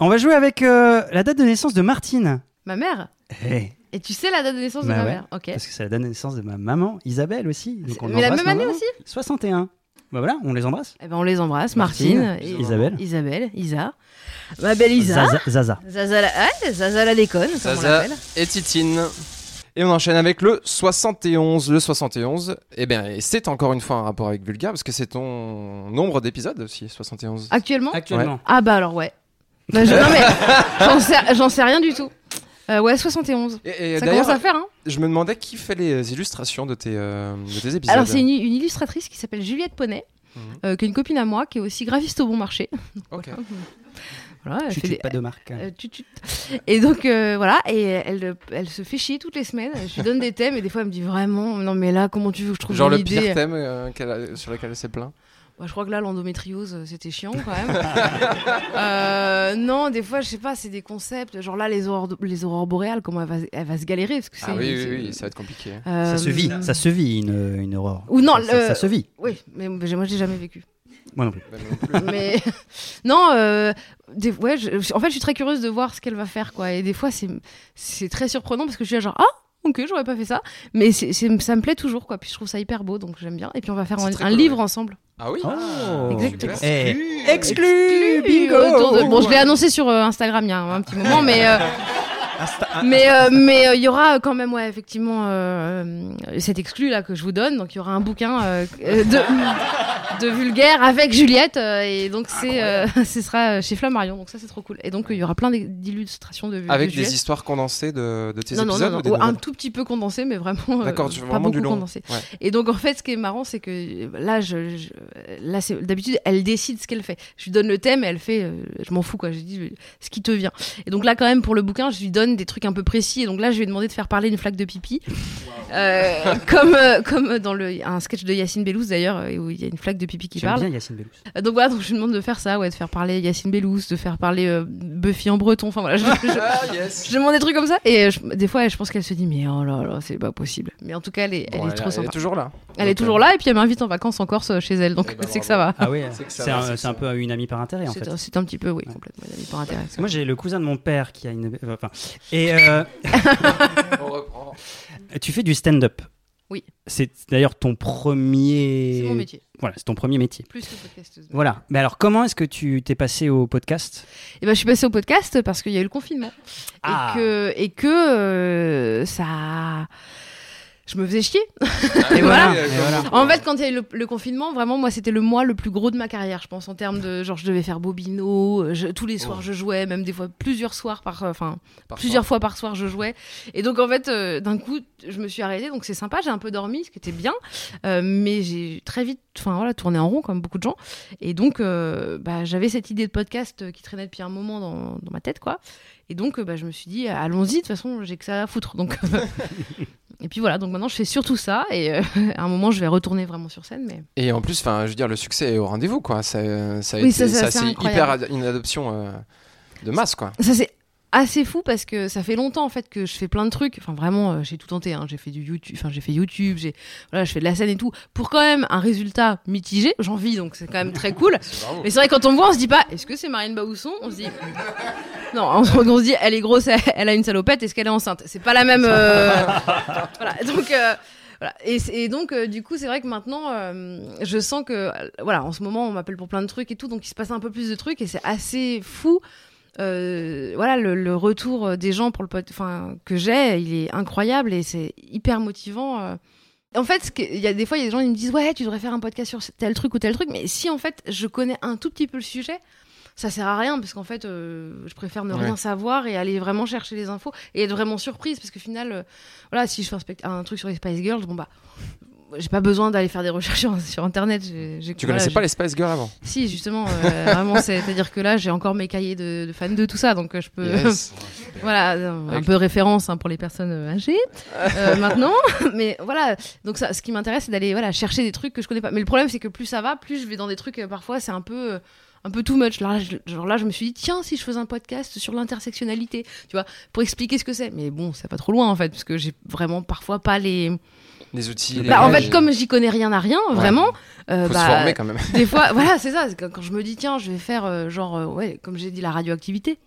On va jouer avec euh, la date de naissance de Martine. ma mère Eh, et tu sais la date de naissance Bah de ma ouais. mère ok Parce que c'est la date de naissance de ma maman, Isabelle aussi. Donc on mais la embrasse même ma année maman. aussi 61. Bah voilà, on les embrasse. Eh ben on les embrasse Martine, Martine, Isabelle. Isabelle. Isabelle Isa ma belle Isa Zaza. Zaza. Zaza la, ouais, Zaza la déconne, comme on Zaza l'appelle. et Titine. Et on enchaîne avec le 71. Le 71, eh bien, et c'est encore une fois un rapport avec Vulgaire, parce que c'est ton nombre d'épisodes aussi, 71. Actuellement Actuellement. Ah bah alors ouais. Bah, je- non mais j'en sais, j'en sais rien du tout. Euh, ouais, 71. Et, et Ça commence d'ailleurs, à faire, hein je me demandais qui fait les illustrations de tes, euh, de tes épisodes. Alors, c'est une, une illustratrice qui s'appelle Juliette Poney, Mhm. euh, qui est une copine à moi, qui est aussi graphiste au bon marché. Ok. Voilà, elle Tu fait tues des- pas de marque. Euh, tut, tut. Et donc euh, voilà, et elle, elle se fait chier toutes les semaines. Je lui donne des thèmes et des fois elle me dit vraiment, non mais là comment tu veux que je trouve Genre une le pire idée thème euh, qu'elle a- sur lequel elle s'est plaint. Bah, je crois que là, l'endométriose, euh, c'était chiant quand même. Euh, non, des fois, je sais pas, c'est des concepts. Genre là, les aurores, les aurores boréales, comment elle va, elle va se galérer parce que c'est, Ah oui, oui, c'est- oui, ça va être compliqué. Euh, Ça se vit, ça se vit une, une aurore. Ou non, ça, ça- le- ça se vit. Oui, mais j'ai- moi, j'ai jamais vécu. Moi non plus. Bah, non plus. Mais non, euh, des- ouais, je- en fait, je suis très curieuse de voir ce qu'elle va faire, quoi. Et des fois, c'est, c'est très surprenant parce que je suis là, genre, ah, ok, j'aurais pas fait ça. Mais c'est, c'est- ça me plaît toujours, quoi. Puis je trouve ça hyper beau, donc j'aime bien. Et puis on va faire C'est un, très un coloré. livre ensemble. Ah oui Exactement. super. Eh, exclu, Autour de- Bon, je l'ai annoncé sur euh, Instagram il y a un, un petit moment, mais euh, mais euh, mais euh, il y aura quand même ouais effectivement euh, euh, cet exclu là que je vous donne donc il y aura un bouquin euh, euh, de de vulgaire avec Juliette euh, et donc c'est euh, ce sera chez Flammarion donc ça c'est trop cool et donc euh, il y aura plein d'e- d'illustrations de Eh, Avec de des Juliette. histoires condensées de, de tes non, non, épisodes non, ou non, des ou un nouvelles tout petit peu condensé, mais vraiment, euh, D'accord, tu fais pas vraiment beaucoup du long. condensé. Ouais. Et donc en fait, ce qui est marrant, c'est que euh, là, je, je- là, c'est d'habitude, elle décide ce qu'elle fait. Je lui donne le thème, et elle fait, euh, je m'en fous quoi. Je lui dis euh, ce qui te vient. Et donc là, quand même, pour le bouquin, je lui donne des trucs un peu précis. Et donc là, je lui ai demandé de faire parler une flaque de pipi, Euh, comme euh, comme dans le un sketch de Yacine Bellouz d'ailleurs, euh, où il y a une flaque de pipi qui J'aime parle. bien Yacine Bellous. Euh, Donc voilà, donc je lui demande de faire ça, ouais, de faire parler Yacine Bellous, de faire parler euh, Buffy en breton. Enfin voilà, je, je- Ah, yes. je demande des trucs comme ça et euh, je- des fois je pense qu'elle se dit mais oh là là c'est pas possible mais en tout cas elle est, elle Bon, est trop sympa toujours là. elle est Donc, toujours là et puis elle m'invite en vacances en Corse euh, chez elle donc Eh ben, c'est que ça va Ah oui, C'est que ça c'est va, un, c'est que c'est un ça peu une amie par intérêt en fait. c'est un, c'est un petit peu oui complètement elle est pas Parce intéressante que Moi, j'ai le cousin de mon père qui a une. Enfin, et euh, On reprend. tu fais du stand-up. Oui. C'est d'ailleurs ton premier. c'est mon métier Voilà, c'est ton premier métier. plus que podcasteuse Voilà. Mais alors, comment est-ce que tu t'es passé au podcast et ben je suis passée au podcast parce qu'il y a eu le confinement Ah. et que et que euh, ça je me faisais chier Ah, oui, voilà. oui, Et comme voilà. beaucoup, En hein. fait, quand il y a eu le, le confinement, vraiment, moi, c'était le mois le plus gros de ma carrière, je pense, en termes de genre, je devais faire Bobino, euh, je- tous les Oh. soirs, je jouais, même des fois plusieurs soirs par, euh, enfin, Par plusieurs fois par soir, je jouais. Et donc, en fait, euh, d'un coup, je me suis arrêtée, donc c'est sympa, j'ai un peu dormi, ce qui était bien, euh, mais j'ai très vite, enfin voilà, tourné en rond comme beaucoup de gens. Et donc, euh, bah, j'avais cette idée de podcast euh, qui traînait depuis un moment dans, dans ma tête, quoi. Et donc, euh, bah, je me suis dit, allons-y, de toute façon, j'ai que ça à foutre. Donc, et puis voilà, donc maintenant, je fais surtout ça. Et euh, à un moment, je vais retourner vraiment sur scène. Mais Et en plus, enfin, je veux dire, le succès est au rendez-vous, quoi. Ça, ça a Oui, été- ça, c'est ça, assez c'est hyper incroyable. ad- une adoption euh, de masse, quoi. ça, c'est assez fou parce que ça fait longtemps en fait que je fais plein de trucs enfin vraiment euh, j'ai tout tenté hein. j'ai fait du YouTube enfin j'ai fait YouTube j'ai voilà je fais de la scène et tout pour quand même un résultat mitigé j'en vis donc c'est quand même très cool mais c'est vrai quand on me voit on se dit pas est-ce que c'est Marine Baousson on se dit non on, se- on se dit elle est grosse elle a une salopette est-ce qu'elle est enceinte c'est pas la même euh, voilà donc euh, voilà. Et, c'est- et donc, euh, du coup, c'est vrai que maintenant, euh, je sens que, euh, voilà, en ce moment, on m'appelle pour plein de trucs et tout, donc il se passe un peu plus de trucs et c'est assez fou. Euh, voilà, le, le retour euh, des gens pour le pod- enfin que j'ai, il est incroyable et c'est hyper motivant. euh. En fait, ce que- il y a des fois, il y a des gens qui me disent ouais, tu devrais faire un podcast sur tel truc ou tel truc, mais si en fait, je connais un tout petit peu le sujet. Ça sert à rien parce qu'en fait, euh, je préfère ne Ouais. rien savoir et aller vraiment chercher les infos et être vraiment surprise parce que final, euh, voilà, si je fais un, spect- un truc sur les Spice Girls, bon bah, j'ai pas besoin d'aller faire des recherches sur, sur internet. j'ai- j'ai- Tu voilà, connaissais j'ai- pas les Spice Girls avant si, justement, euh, vraiment, c'est- c'est-à-dire que là, j'ai encore mes cahiers de, de fans de tout ça, donc euh, je peux. Yes. voilà, euh, un Avec- peu référence hein, pour les personnes euh, âgées euh, maintenant. Mais voilà, donc ça, ce qui m'intéresse, c'est d'aller voilà, chercher des trucs que je connais pas. Mais le problème, c'est que plus ça va, plus je vais dans des trucs, euh, parfois, c'est un peu. euh, un peu too much. Là, je, genre là, je me suis dit, tiens, si je faisais un podcast sur l'intersectionnalité, tu vois, pour expliquer ce que c'est. Mais bon, ça va trop loin, en fait, parce que j'ai vraiment parfois pas les. Les outils. les Bah, en fait, règles. comme j'y connais rien à rien, vraiment. euh, Faut se bah, former quand même. des fois, voilà, c'est ça. c'est Quand, quand je me dis, tiens, je vais faire, euh, genre, euh, ouais, comme j'ai dit, la radioactivité.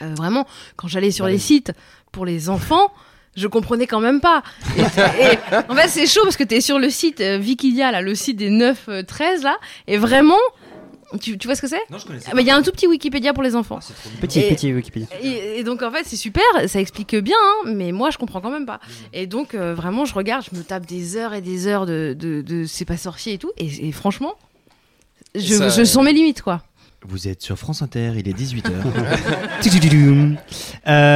Euh, vraiment, quand j'allais sur les sites pour les enfants, je comprenais quand même pas. Et, et- en fait, c'est chaud parce que t'es sur le site euh, Wikilia, là, le site des 9-13, là, et vraiment, tu, tu vois ce que c'est Non, je connaissais Ah bah, Il y a un tout petit Wikipédia pour les enfants. Petit, Et- petit Wikipédia. Et, et donc en fait c'est super, ça explique bien, hein, mais moi je comprends quand même Mm. pas. Et donc euh, vraiment je regarde, je me tape des heures et des heures de, de, de c'est pas sorcier et tout, et, et franchement je, Ça- je euh, sens mes limites quoi. Vous êtes sur France Inter, il est 18h. Tudududoum.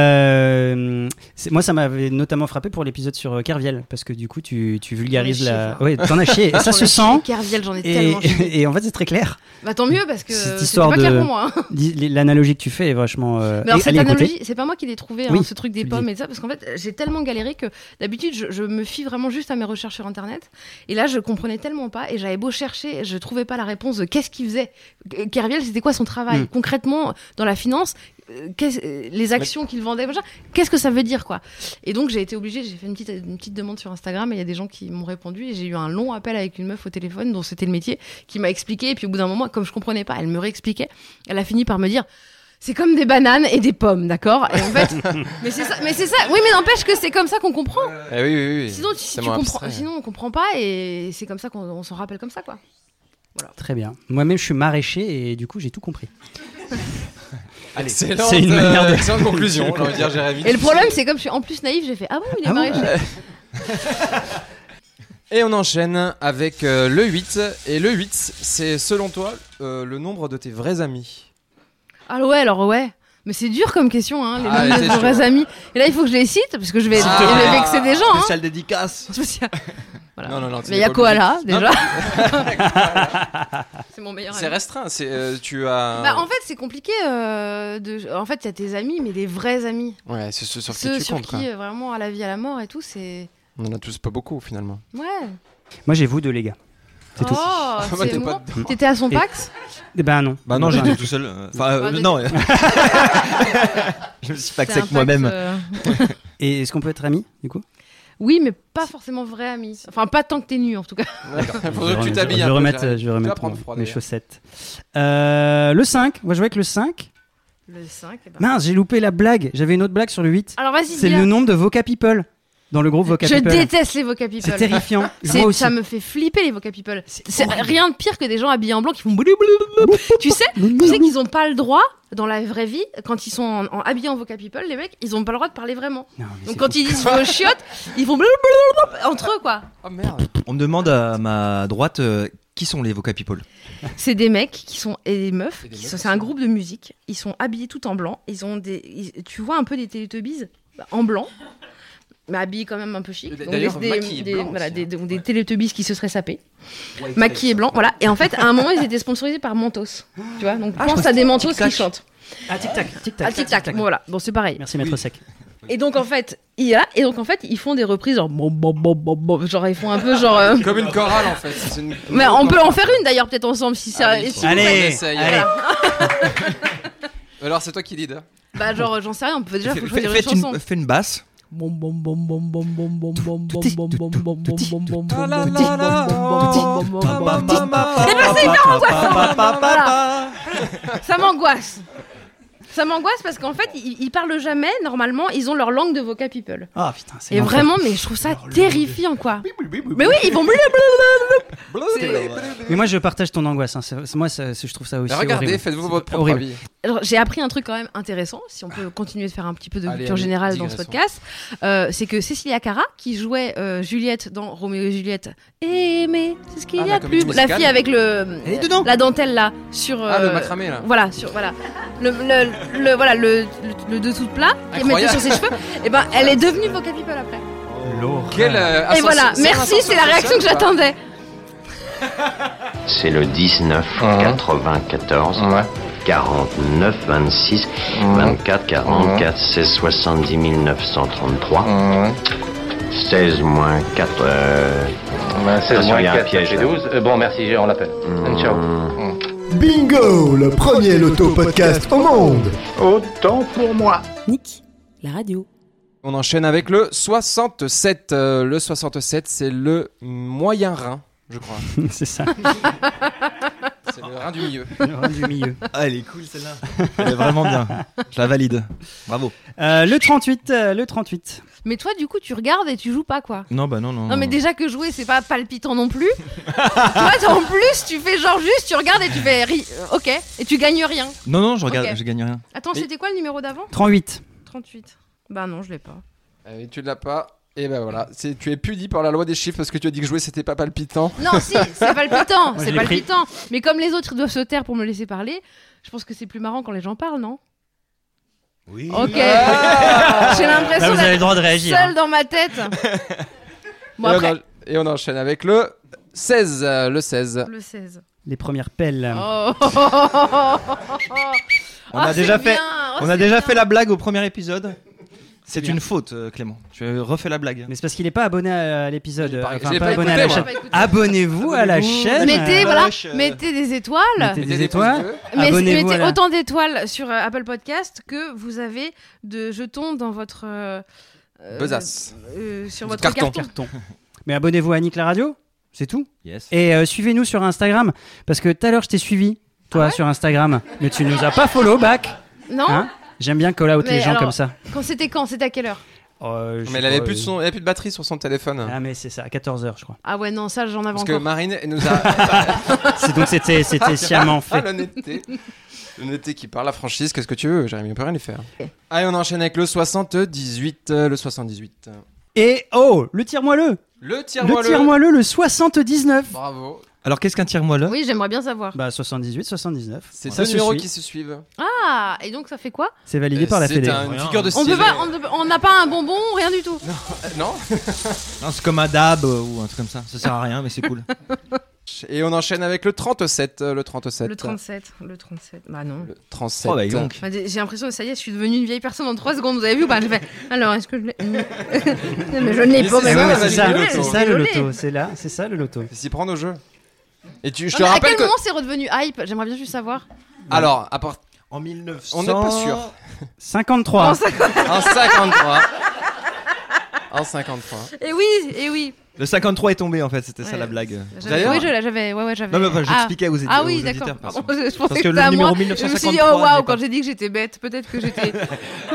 Euh, c'est- moi, ça m'avait notamment frappé pour l'épisode sur euh, Kerviel, parce que du coup, tu, tu vulgarises J'en ai chié, la. quoi. Ouais, t'en as chié. Et ça J'en ai se sent. Kerviel, j'en ai Et, tellement. chié. et en fait, c'est très clair. Bah tant mieux parce que Cette c'était histoire pas clair de- pour moi. hein. Dis- L'analogie que tu fais est vachement. euh, Mais et alors, cette allez écouter. analogie, c'est pas moi qui l'ai trouvée, hein, Oui, ce truc tu des le pommes dis. et de ça, parce qu'en fait j'ai tellement galéré que d'habitude je, je me fie vraiment juste à mes recherches sur internet, et là je comprenais tellement pas, et j'avais beau chercher, je trouvais pas la réponse de qu'est-ce qu'il faisait. Kerviel, c'était quoi son travail Mm. concrètement dans la finance euh, qu'est-ce- euh, les actions qu'il vendait, machin, qu'est-ce que ça veut dire quoi Et donc j'ai été obligée, j'ai fait une petite, une petite demande sur Instagram et il y a des gens qui m'ont répondu et j'ai eu un long appel avec une meuf au téléphone dont c'était le métier qui m'a expliqué et puis au bout d'un moment, comme je comprenais pas, elle me réexpliquait, elle a fini par me dire c'est comme des bananes et des pommes, d'accord Et en fait, mais c'est ça, mais c'est ça. Oui, mais n'empêche que c'est comme ça qu'on comprend. Eh oui, oui, oui. Sinon, tu, C'est si tu moins comprends, abstrait. sinon on comprend pas et c'est comme ça qu'on on s'en rappelle comme ça quoi. Très bien. Moi-même, je suis maraîcher et du coup, j'ai tout compris. Allez, C'est une manière de- C'est une euh, conclusion, j'ai envie de dire, Jérémy. Et le problème, c'est comme je suis en plus naïf, j'ai fait Ah oui, il est Ah bon marié. j'ai- Et on enchaîne avec euh, le 8. Et le 8, c'est selon toi euh, le nombre de tes vrais amis. Ah ouais, alors ouais. Mais c'est dur comme question, hein, les Ah, noms c'est Ah de dur. vrais amis. Et là, il faut que je les cite, parce que je vais, Ah. S'il te je vais plaît. vexer des gens. Hein. Spéciale dédicace. Spécial. Voilà. Non, non, non, tu Mais il y a n'es pas obligé. Koala, Non, Ah, déjà. c'est mon meilleur C'est ami. restreint, c'est, euh, tu as... Bah, en fait, c'est compliqué. euh, de... En fait, il y a tes amis, mais des vrais amis. Ouais, c'est ceux sur qui Ceux tu sur comptes, qui, quoi. euh, vraiment, à la vie, à la mort et tout, c'est. On en a tous pas beaucoup, finalement. Ouais. Moi, j'ai vous deux, les gars. C'est tout. Oh, Bah, c'est t'es moi. pas T'étais à son pax Eh ben non. Bah non, j'ai j'étais tout seul. euh, Enfin, euh, Ah, non. euh, je me suis pas C'est un avec pax, moi-même. euh, Et est-ce qu'on peut être amis, du coup Oui, mais pas forcément vrai ami. Enfin, pas tant que t'es nu, en tout cas. Faut Je que vais- tu t'habilles Je un vais peu, remettre, Jérémy. je vais Tu vas remettre prendre mon- froid, mes d'ailleurs. chaussettes. Euh, le 5. On va jouer avec le 5. Le 5. eh ben. Mince, j'ai loupé la blague. J'avais une autre blague sur le 8. Alors, vas-y, C'est dis-la. le nombre de Voca People dans le groupe Voca Je People. déteste les Voca People. C'est terrifiant. C'est- Moi aussi. ça me fait flipper les voca people. C'est C'est horrible. rien de pire que des gens habillés en blanc qui font blablabla. Tu sais, tu sais qu'ils n'ont pas le droit dans la vraie vie quand ils sont en, en habillés en voca people, les mecs, ils n'ont pas le droit de parler vraiment. Non, mais Donc c'est quand fou. ils disent vos chiottes, ils font blablabla entre eux quoi. Oh merde. On me demande à ma droite euh, qui sont les Voca People. C'est des mecs qui sont et des meufs. Et des qui meufs sont- aussi. C'est un groupe de musique. Ils sont habillés tout en blanc. Ils ont des. ils- tu vois un peu des Teletubbies bah, en blanc, mais habillés quand même un peu chic. D- Donc Euh, d'ailleurs, des, Maki est des- blanc voilà, aussi, des, hein. donc Ouais. des Teletubbies qui se seraient sapés. Maquis est blanc, voilà. Et en fait, à un moment, ils étaient sponsorisés par Mentos. Tu vois, Ah, donc pense à des Mentos qui chantent. Ah, tic-tac, tic-tac. Ah, tic tac. Bon, voilà, bon, c'est pareil. Merci, maître sec. Et donc en fait, il y a, et donc en fait, ils font des reprises genre, bon, bon, bon, bon, bon. genre ils font un peu genre. euh, Comme une chorale, en fait. c'est une- Mais on peut en faire une d'ailleurs peut-être ensemble si ça. Ah, Allez, et si- on Allez, essaye. allez. Alors, c'est toi qui lead. Bah genre j'en sais rien. On peut déjà faut Fais- choisir une faites, chanson. une, faites une basse. Ça m'angoisse. Ça m'angoisse parce qu'en fait, ils, ils parlent jamais. Normalement, ils ont leur langue de voca people. Ah, putain, c'est Et l'enfer. vraiment, mais je trouve ça terrifiant, quoi. Mais oui, ils vont Mais moi, je partage ton angoisse. hein. C'est- c'est- Moi, ça- c'est- je trouve ça aussi. Mais regardez, horrible. faites-vous C'est votre propre horrible. avis. Alors, j'ai appris un truc quand même intéressant, si on peut continuer de faire un petit peu de Ah. Allez, culture allez, générale dans ce digressons. podcast, euh, c'est que Cécilia Cara, qui jouait euh, Juliette dans Roméo et Juliette, aimer, c'est ce qu'il Ah, y la a de plus. comédie La musicale. fille avec le, Elle est dedans. la dentelle là, sur. Ah, le euh, macramé, là. Voilà, sur, voilà. Le, le, le- voilà, le, le, le dessous de plat qu'elle mettait Incroyable. sur ses cheveux, et ben elle est devenue Voca People après. Quel, euh, et ascension- voilà, c'est un merci, ascenseur c'est la réaction que social, quoi. j'attendais. C'est le 19 94 49 26 24 44 16 70 933 16 moins 4 euh... Attention, il y a un piège. là. Mmh. bon, merci, on l'appelle. Ciao. Bingo, le premier loto-podcast au monde Autant pour moi. Nick, la radio. On enchaîne avec le 67. Euh, le 67, c'est le moyen rein, je crois. c'est ça. C'est le rein du milieu. Le rang du milieu. Ah, elle est cool celle-là. Elle est vraiment bien. Je la valide. Bravo. Euh, le 38. euh, le 38. Mais toi, du coup, tu regardes et tu joues pas, quoi. Non, bah non, non. Non mais Hmm. déjà que jouer c'est pas palpitant non plus. Toi en plus tu fais genre juste tu regardes et tu fais ri- euh, ok et tu gagnes rien. Non, non, je regarde, Ok. je gagne rien. Attends c'était quoi le numéro d'avant 38. 38. Bah non je l'ai pas. Euh, Et tu ne l'as pas. Et ben voilà, C'est- tu es puni par la loi des chiffres parce que tu as dit que jouer c'était pas palpitant. Non si c'est palpitant Moi, je c'est l'ai pris. palpitant. Mais comme les autres ils doivent se taire pour me laisser parler, je pense que c'est plus marrant quand les gens parlent non Oui. Ah. Ok. J'ai Là, l'impression vous avez le d'être droit de réagir. hein. seule dans ma tête. Bon et, après On en- et on enchaîne avec le 16. euh, Le 16. le 16. Les premières pelles. Oh. On a déjà fait- Oh, On a déjà fait la blague au premier épisode. C'est bien. une faute, euh, Clément. Tu refais la blague. Mais c'est parce qu'il n'est pas abonné à l'épisode. Je l'ai pas- euh, je Enfin, l'ai pas pas abonné à écouté, la moi. chaîne. Abonnez-vous à la Abonnez-vous. chaîne. Mettez, Euh, bah, voilà, vache, euh, mettez des étoiles. Mettez des étoiles. Mais Abonnez-vous mettez à la- autant d'étoiles sur euh, Apple Podcast que vous avez de jetons dans votre euh, euh, Besace. euh, sur votre Carton. carton. Carton. Mais abonnez-vous à Nick la radio, c'est tout. Yes. Et euh, suivez-nous sur Instagram, parce que tout à l'heure je t'ai suivi, Ah toi, sur Instagram, mais tu nous as pas follow back. Non hein J'aime bien call out Mais les gens alors- comme ça. Quand c'était quand C'était à quelle heure euh, je Mais sais elle avait pas, plus de son- elle avait plus de batterie sur son téléphone. Ah, mais c'est ça, à 14h, je crois. Ah ouais, non, ça, j'en avais Parce encore. que Marine elle nous a. C'est donc c'était- c'était sciemment fait. Ah, l'honnêteté. L'honnêteté qui parle à franchise, qu'est-ce que tu veux Jérémy, on peut rien y faire. Allez, on enchaîne avec le 78. euh, Le 78. Et oh, le tire moelleux Le tire Le tire moelleux, le 79 Bravo Alors qu'est-ce qu'un tire moelleux Oui, j'aimerais bien savoir. Bah 78, 79. C'est ça deux numéros qui se suivent. Ah, et donc ça fait quoi C'est validé par la c'est Fédé. un- une figure de On style. peut pas, on ne- on n'a pas un bonbon, rien du tout. Non Non, c'est comme un dab euh, ou un truc comme ça. Ça sert à rien, mais c'est cool. Et on enchaîne avec le 37. euh, Le 37. Le 37, le 37. Bah non. 37. Oh, bah, dis donc. Bah, d- J'ai l'impression que ça y est, je suis devenue une vieille personne en 3 secondes. Vous avez vu ou pas J'ai fait, Alors, est-ce que je l'ai Non, mais je ne l'ai Mais pas. c'est mais ça, non, la je C'est ça, l'ai, le je loto, c'est ça le suis désolée. loto, c'est là, c'est ça le loto. S'y prendre au jeu. Et tu, je Non, te mais à rappelle quel que. moment c'est redevenu hype J'aimerais bien juste savoir. Alors, à part. En 1900. On n'est pas sûr. 53. En 53. En 53. en 53. Et Eh oui, et oui. Le 53 est tombé en fait, c'était ça Ouais, la blague. J'avais- Oui, je l'ai- j'avais. Ouais, ouais, j'avais. Non, mais enfin, Ah. j'expliquais aux édi- Ah aux oui, auditeurs, d'accord. parce- Pardon, je pensais parce que le c'était à numéro moi. Je me suis dit, oh 1953 waouh, n'est quand pas- Ah, j'ai dit que j'étais bête, peut-être que j'étais.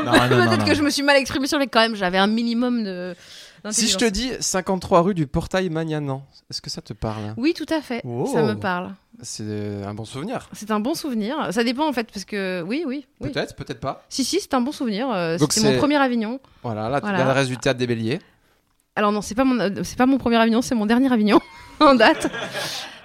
non, non, Peut-être non. que je me suis mal exprimée sur les. Quand même, j'avais un minimum de. Si je d'intelligence. te dis 53 rue du Portail Magnanan, est-ce que ça te parle Oui, tout à fait. Oh. Ça me parle. C'est un bon souvenir. C'est un bon souvenir. Ça dépend en fait, parce que oui, oui. oui. Peut-être, peut-être pas. Si, si, c'est un bon souvenir. Euh, Donc C'était mon c'est- premier Avignon. Voilà, là, tu Voilà. as le résultat des béliers. Alors non, c'est pas mon, euh, c'est pas mon premier Avignon, c'est mon dernier Avignon en date.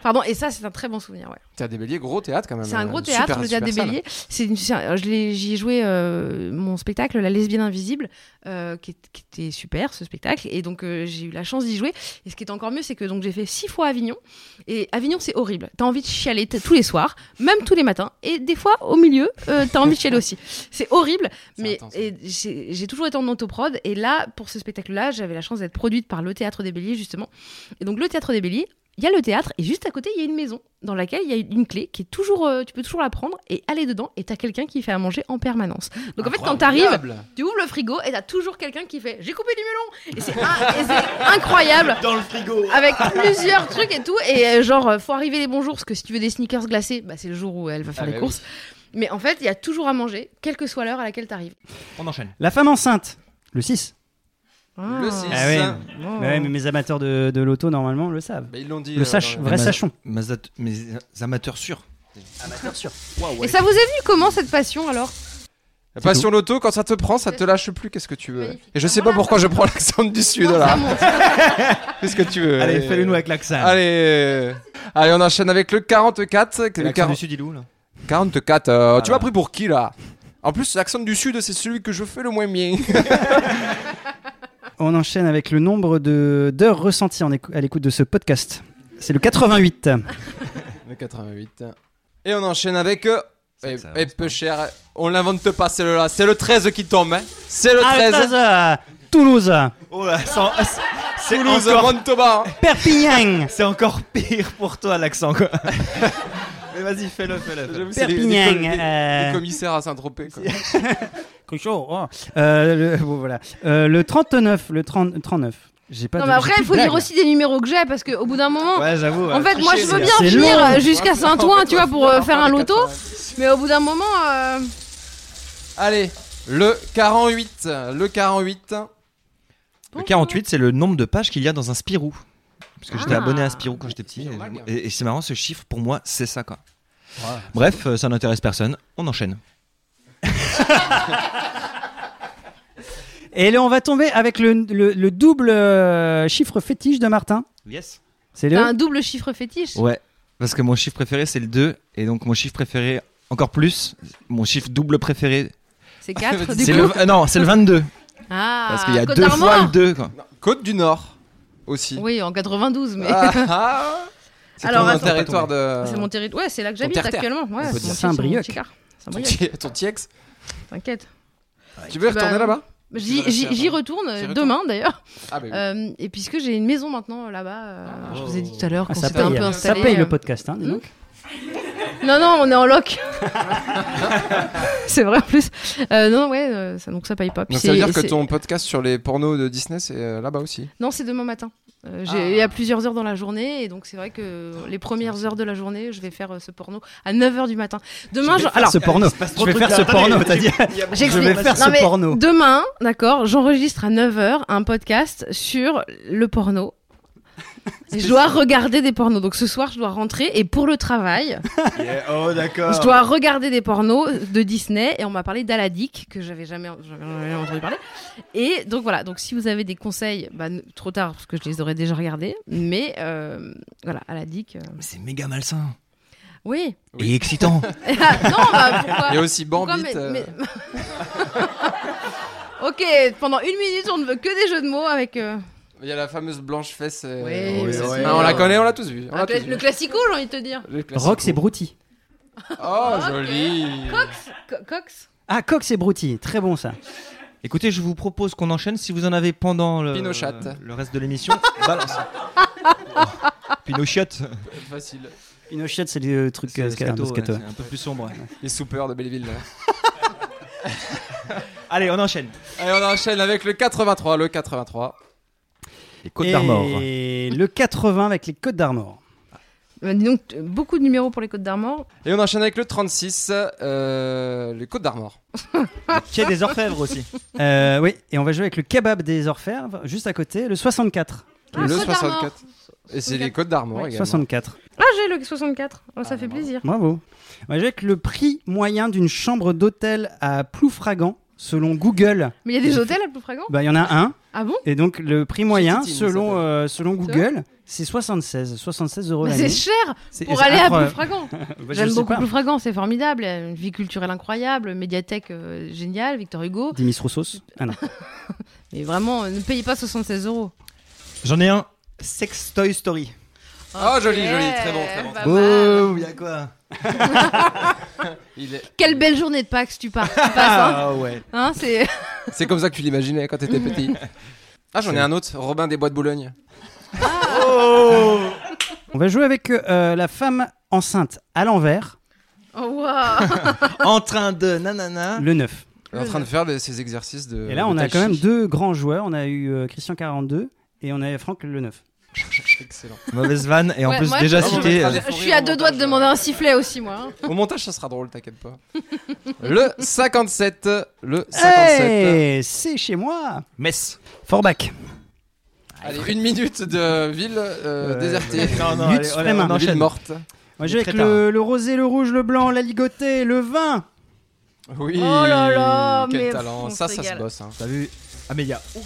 Pardon. Et ça, c'est un très bon souvenir. Ouais. Théâtre des Béliers, gros théâtre quand même. C'est un gros Une théâtre, super- le théâtre des super Béliers. C'est une- c'est un- je l'ai- j'y ai joué euh, mon spectacle, La lesbienne invisible, euh, qui, est- qui était super ce spectacle. Et donc euh, j'ai eu la chance d'y jouer. Et ce qui est encore mieux, c'est que donc j'ai fait six fois Avignon. Et Avignon, c'est horrible. T'as envie de chialer t- tous les soirs, même tous les matins. Et des fois, au milieu, euh, t'as envie de chialer aussi. C'est horrible. Mais et j'ai j'ai toujours été en autoprod. Et là, pour ce spectacle-là, j'avais la chance d'être produite par le Théâtre des Béliers, justement. Et donc le Théâtre des Béliers, il y a le théâtre et juste à côté, il y a une maison dans laquelle il y a une clé qui est toujours, euh, tu peux toujours la prendre et aller dedans et t'as quelqu'un qui fait à manger en permanence. Donc en fait, quand Incroyable. t'arrives, tu ouvres le frigo et t'as toujours quelqu'un qui fait j'ai coupé du melon et c'est un- et c'est incroyable. Dans le frigo. Avec plusieurs trucs et tout et euh, genre euh, faut arriver les bons jours parce que si tu veux des sneakers glacés, bah c'est le jour où elle va faire Ah les bah courses. Mais en fait, il y a toujours à manger, quelle que soit l'heure à laquelle t'arrives. On enchaîne. La femme enceinte, le 6. Le six. Ah ouais. Oh. Bah ouais, mais mes amateurs de, de loto normalement le savent. Mais ils l'ont dit, Le euh, sach, dans- vrai Mais- sachon. Mes, at- mes amateurs sûrs. Amateurs sûrs. Et ça vous est venu comment cette passion alors La passion l'auto, quand ça te prend, ça te lâche plus, qu'est-ce que tu veux. Et je sais pas pourquoi je prends l'accent du sud là. Qu'est-ce que tu veux Allez, fais-le-nous avec l'accent. Euh, Allez, allez, on enchaîne avec le 44. que- le L'accent 40 du sud, il est où, là 44. euh, Tu Ah. m'as pris pour qui là En plus, l'accent du sud, c'est celui que je fais le moins bien. On enchaîne avec le nombre de- d'heures ressenties en écou- à l'écoute de ce podcast. C'est le 88. Le 88. Et on enchaîne avec. euh, Et, et peu cher, on l'invente pas celle-là, c'est le 13 qui tombe, hein. c'est le Ah, 13. euh, Toulouse. Oh là, sans- c'est Toulouse, encore... Montauban. Perpignan. C'est encore pire pour toi l'accent quoi. Mais vas-y, fais-le, fais-le. C'est les- les- Perpignan, les- euh. les commissaires à Saint-Tropez. quoi. Cruchot, oh. Euh, le, bon, voilà. Euh, le 39. Le 30 39. J'ai pas Non de- mais j'ai après, plus il de faut dire blagues. aussi des numéros que j'ai parce qu'au bout d'un moment, Ouais, j'avoue. En ouais. fait, moi, je veux bien c'est long. finir jusqu'à Saint-Ouen, tu vois, pour euh, faire un loto. Mais au bout d'un moment, euh, Allez, le 48. Le 48. Le 48, c'est le nombre de pages qu'il y a dans un Spirou. Parce que j'étais Ah. abonné à Spirou quand j'étais petit. et- Et, et c'est marrant, ce chiffre, pour moi, c'est ça, quoi. Bref, euh, ça n'intéresse personne. On enchaîne. Et là, on va tomber avec le, le- le double euh, chiffre fétiche de Martin. Yes. C'est le. t'as un double chiffre fétiche. Ouais. Parce que mon chiffre préféré, c'est le 2. Et donc, mon chiffre préféré, encore plus, mon chiffre double préféré, C'est 4 du c'est coup. le, euh, non, c'est le 22. Ah, Parce qu'il y a Côte deux fois d'Armor. le 2, quoi. Côte du Nord aussi. Oui, en 92, mais. Ah, ah. c'est Alors, ton attends. territoire de. C'est mon territoire. Ouais, c'est là que Ton j'habite terre-terre, actuellement. on Ouais, peut mon dire. petit- Saint-Brieuc. mon petit quart. Ton Saint-Brieuc, ti- Ton TX. t'inquiète. Tu veux Bah, retourner là-bas J'y j'y- j'y retourne T'y euh, retournes demain d'ailleurs. Ah, bah oui. Euh, Et puisque j'ai une maison maintenant euh, là-bas, euh, je vous ai dit tout à l'heure Ah, qu'on ça s'était un paye, peu hein. ça installé. paye euh, le podcast, hein, dis donc. Non, non, on est en loc. c'est vrai en plus. Euh, non, ouais, euh, ça, donc ça paye pas. Puis Donc, ça veut c'est- dire que c'est- ton podcast sur les pornos de Disney, c'est euh, là-bas aussi. Non, c'est demain matin. Euh, Ah. j'ai- Il y a plusieurs heures dans la journée et donc c'est vrai que les premières heures de la journée, je vais faire euh, ce porno à 9h du matin. Demain, Je vais faire ce porno. Je vais faire ce porno, t'as dit. Je J'explique. vais faire Non, mais ce porno. Demain, d'accord, j'enregistre à 9h un podcast sur le porno. Et je dois regarder des pornos. Donc ce soir, je dois rentrer et pour le travail, Oh, d'accord. je dois regarder des pornos de Disney et on m'a parlé d'Aladic que j'avais jamais, j'avais jamais entendu parler. Et donc voilà, donc si vous avez des conseils, bah, n- trop tard parce que je les aurais déjà regardés, mais euh, voilà, Aladic. C'est méga malsain. Oui. Et excitant. Ah, non, bah, pourquoi Il y a aussi Pourquoi, Bambit, euh, mais- mais- Ok, pendant une minute, on ne veut que des jeux de mots avec. euh, Il y a la fameuse blanche fesse. euh, Oui, c'est- oui, c'est- oui. Ah, on la connaît, on l'a tous vu. on un l'a cla- tous vu. le classico, j'ai envie de te dire. Le classique. Rox et Brouty. Oh, joli. Cox Co- Cox Ah, Cox et Brouty, très bon ça. Écoutez, je vous propose qu'on enchaîne. Si vous en avez pendant le, Pinochat. le reste de l'émission, balance. Pinochet. Facile. Pinochet, c'est le truc euh, scato, scato. un peu plus sombre. Les soupeurs de Belleville. là. Allez, on enchaîne. Allez, on enchaîne avec le 83. Le 83. Les Côtes Et le 80 avec les Côtes d'Armor. Bah, dis donc, t- beaucoup de numéros pour les Côtes d'Armor. Et on enchaîne avec le 36. euh, les Côtes d'Armor. Ah, Quai des Orfèvres aussi. Euh, oui, et on va jouer avec le kebab des Orfèvres, juste à côté, le 64. Ah, le Côtes d'Armor. 64. Et c'est les Côtes d'Armor Ouais. également. 64. Ah, j'ai le 64. Oh, Ah, ça fait plaisir. Bravo. On va jouer avec le prix moyen d'une chambre d'hôtel à Ploufragan, selon Google. Mais il y a des hôtels à Ploufragan Bah, il y en a un. Ah bon Et donc, le prix moyen, Titine, ça selon, s'appelle. euh, selon Google, c'est 76. 76 euros Mais l'année. C'est cher C'est- pour c'est aller à incroyable. Ploufragan. Bah, je J'aime sais beaucoup pas. Ploufragan, c'est formidable. Il y a Une vie culturelle incroyable, médiathèque euh, géniale, Victor Hugo. Dimitri Roussos. Ah non. Mais vraiment, euh, ne payez pas 76 euros. J'en ai un. Sex Toy Story. Oh, Ok, joli, joli. Très bon, très bon. pas mal. Oh, il y a quoi Il est- Quelle belle journée de Pâques tu pars. Tu passes, hein. Ah ouais. Hein, c'est... C'est comme ça que tu l'imaginais quand t'étais petit. Ah, j'en ai un autre. Robin des Bois de Boulogne. On va jouer avec euh, la femme enceinte à l'envers, Oh, waouh. En train de nanana. le 9. On est en train de faire les- ces exercices de. Et là, de on a tai quand même chi. deux grands joueurs. On a eu euh, Christian 42 et on a Franck le 9. Excellent. Mauvaise vanne et en Ouais, plus moi, déjà je- cité. Ah, euh, des Je fourrures suis à au deux montage, doigts de ouais. demander un sifflet aussi, moi. hein. Au montage, ça sera drôle, t'inquiète pas. Le 57. Le 57. Hey, c'est chez moi. Metz. Forbach. Allez, une minute de ville euh, Euh, désertée. Non, non, Lutz allez, Freeman. on Une ville enchaîne. morte. On va jouer Très avec le, le rosé, le rouge, le blanc, la ligotée, le vin. Oui. Oh là là, Quel mais talent. on Ça, se ça se régale. bosse. hein. T'as vu Ah mais il y a Ah,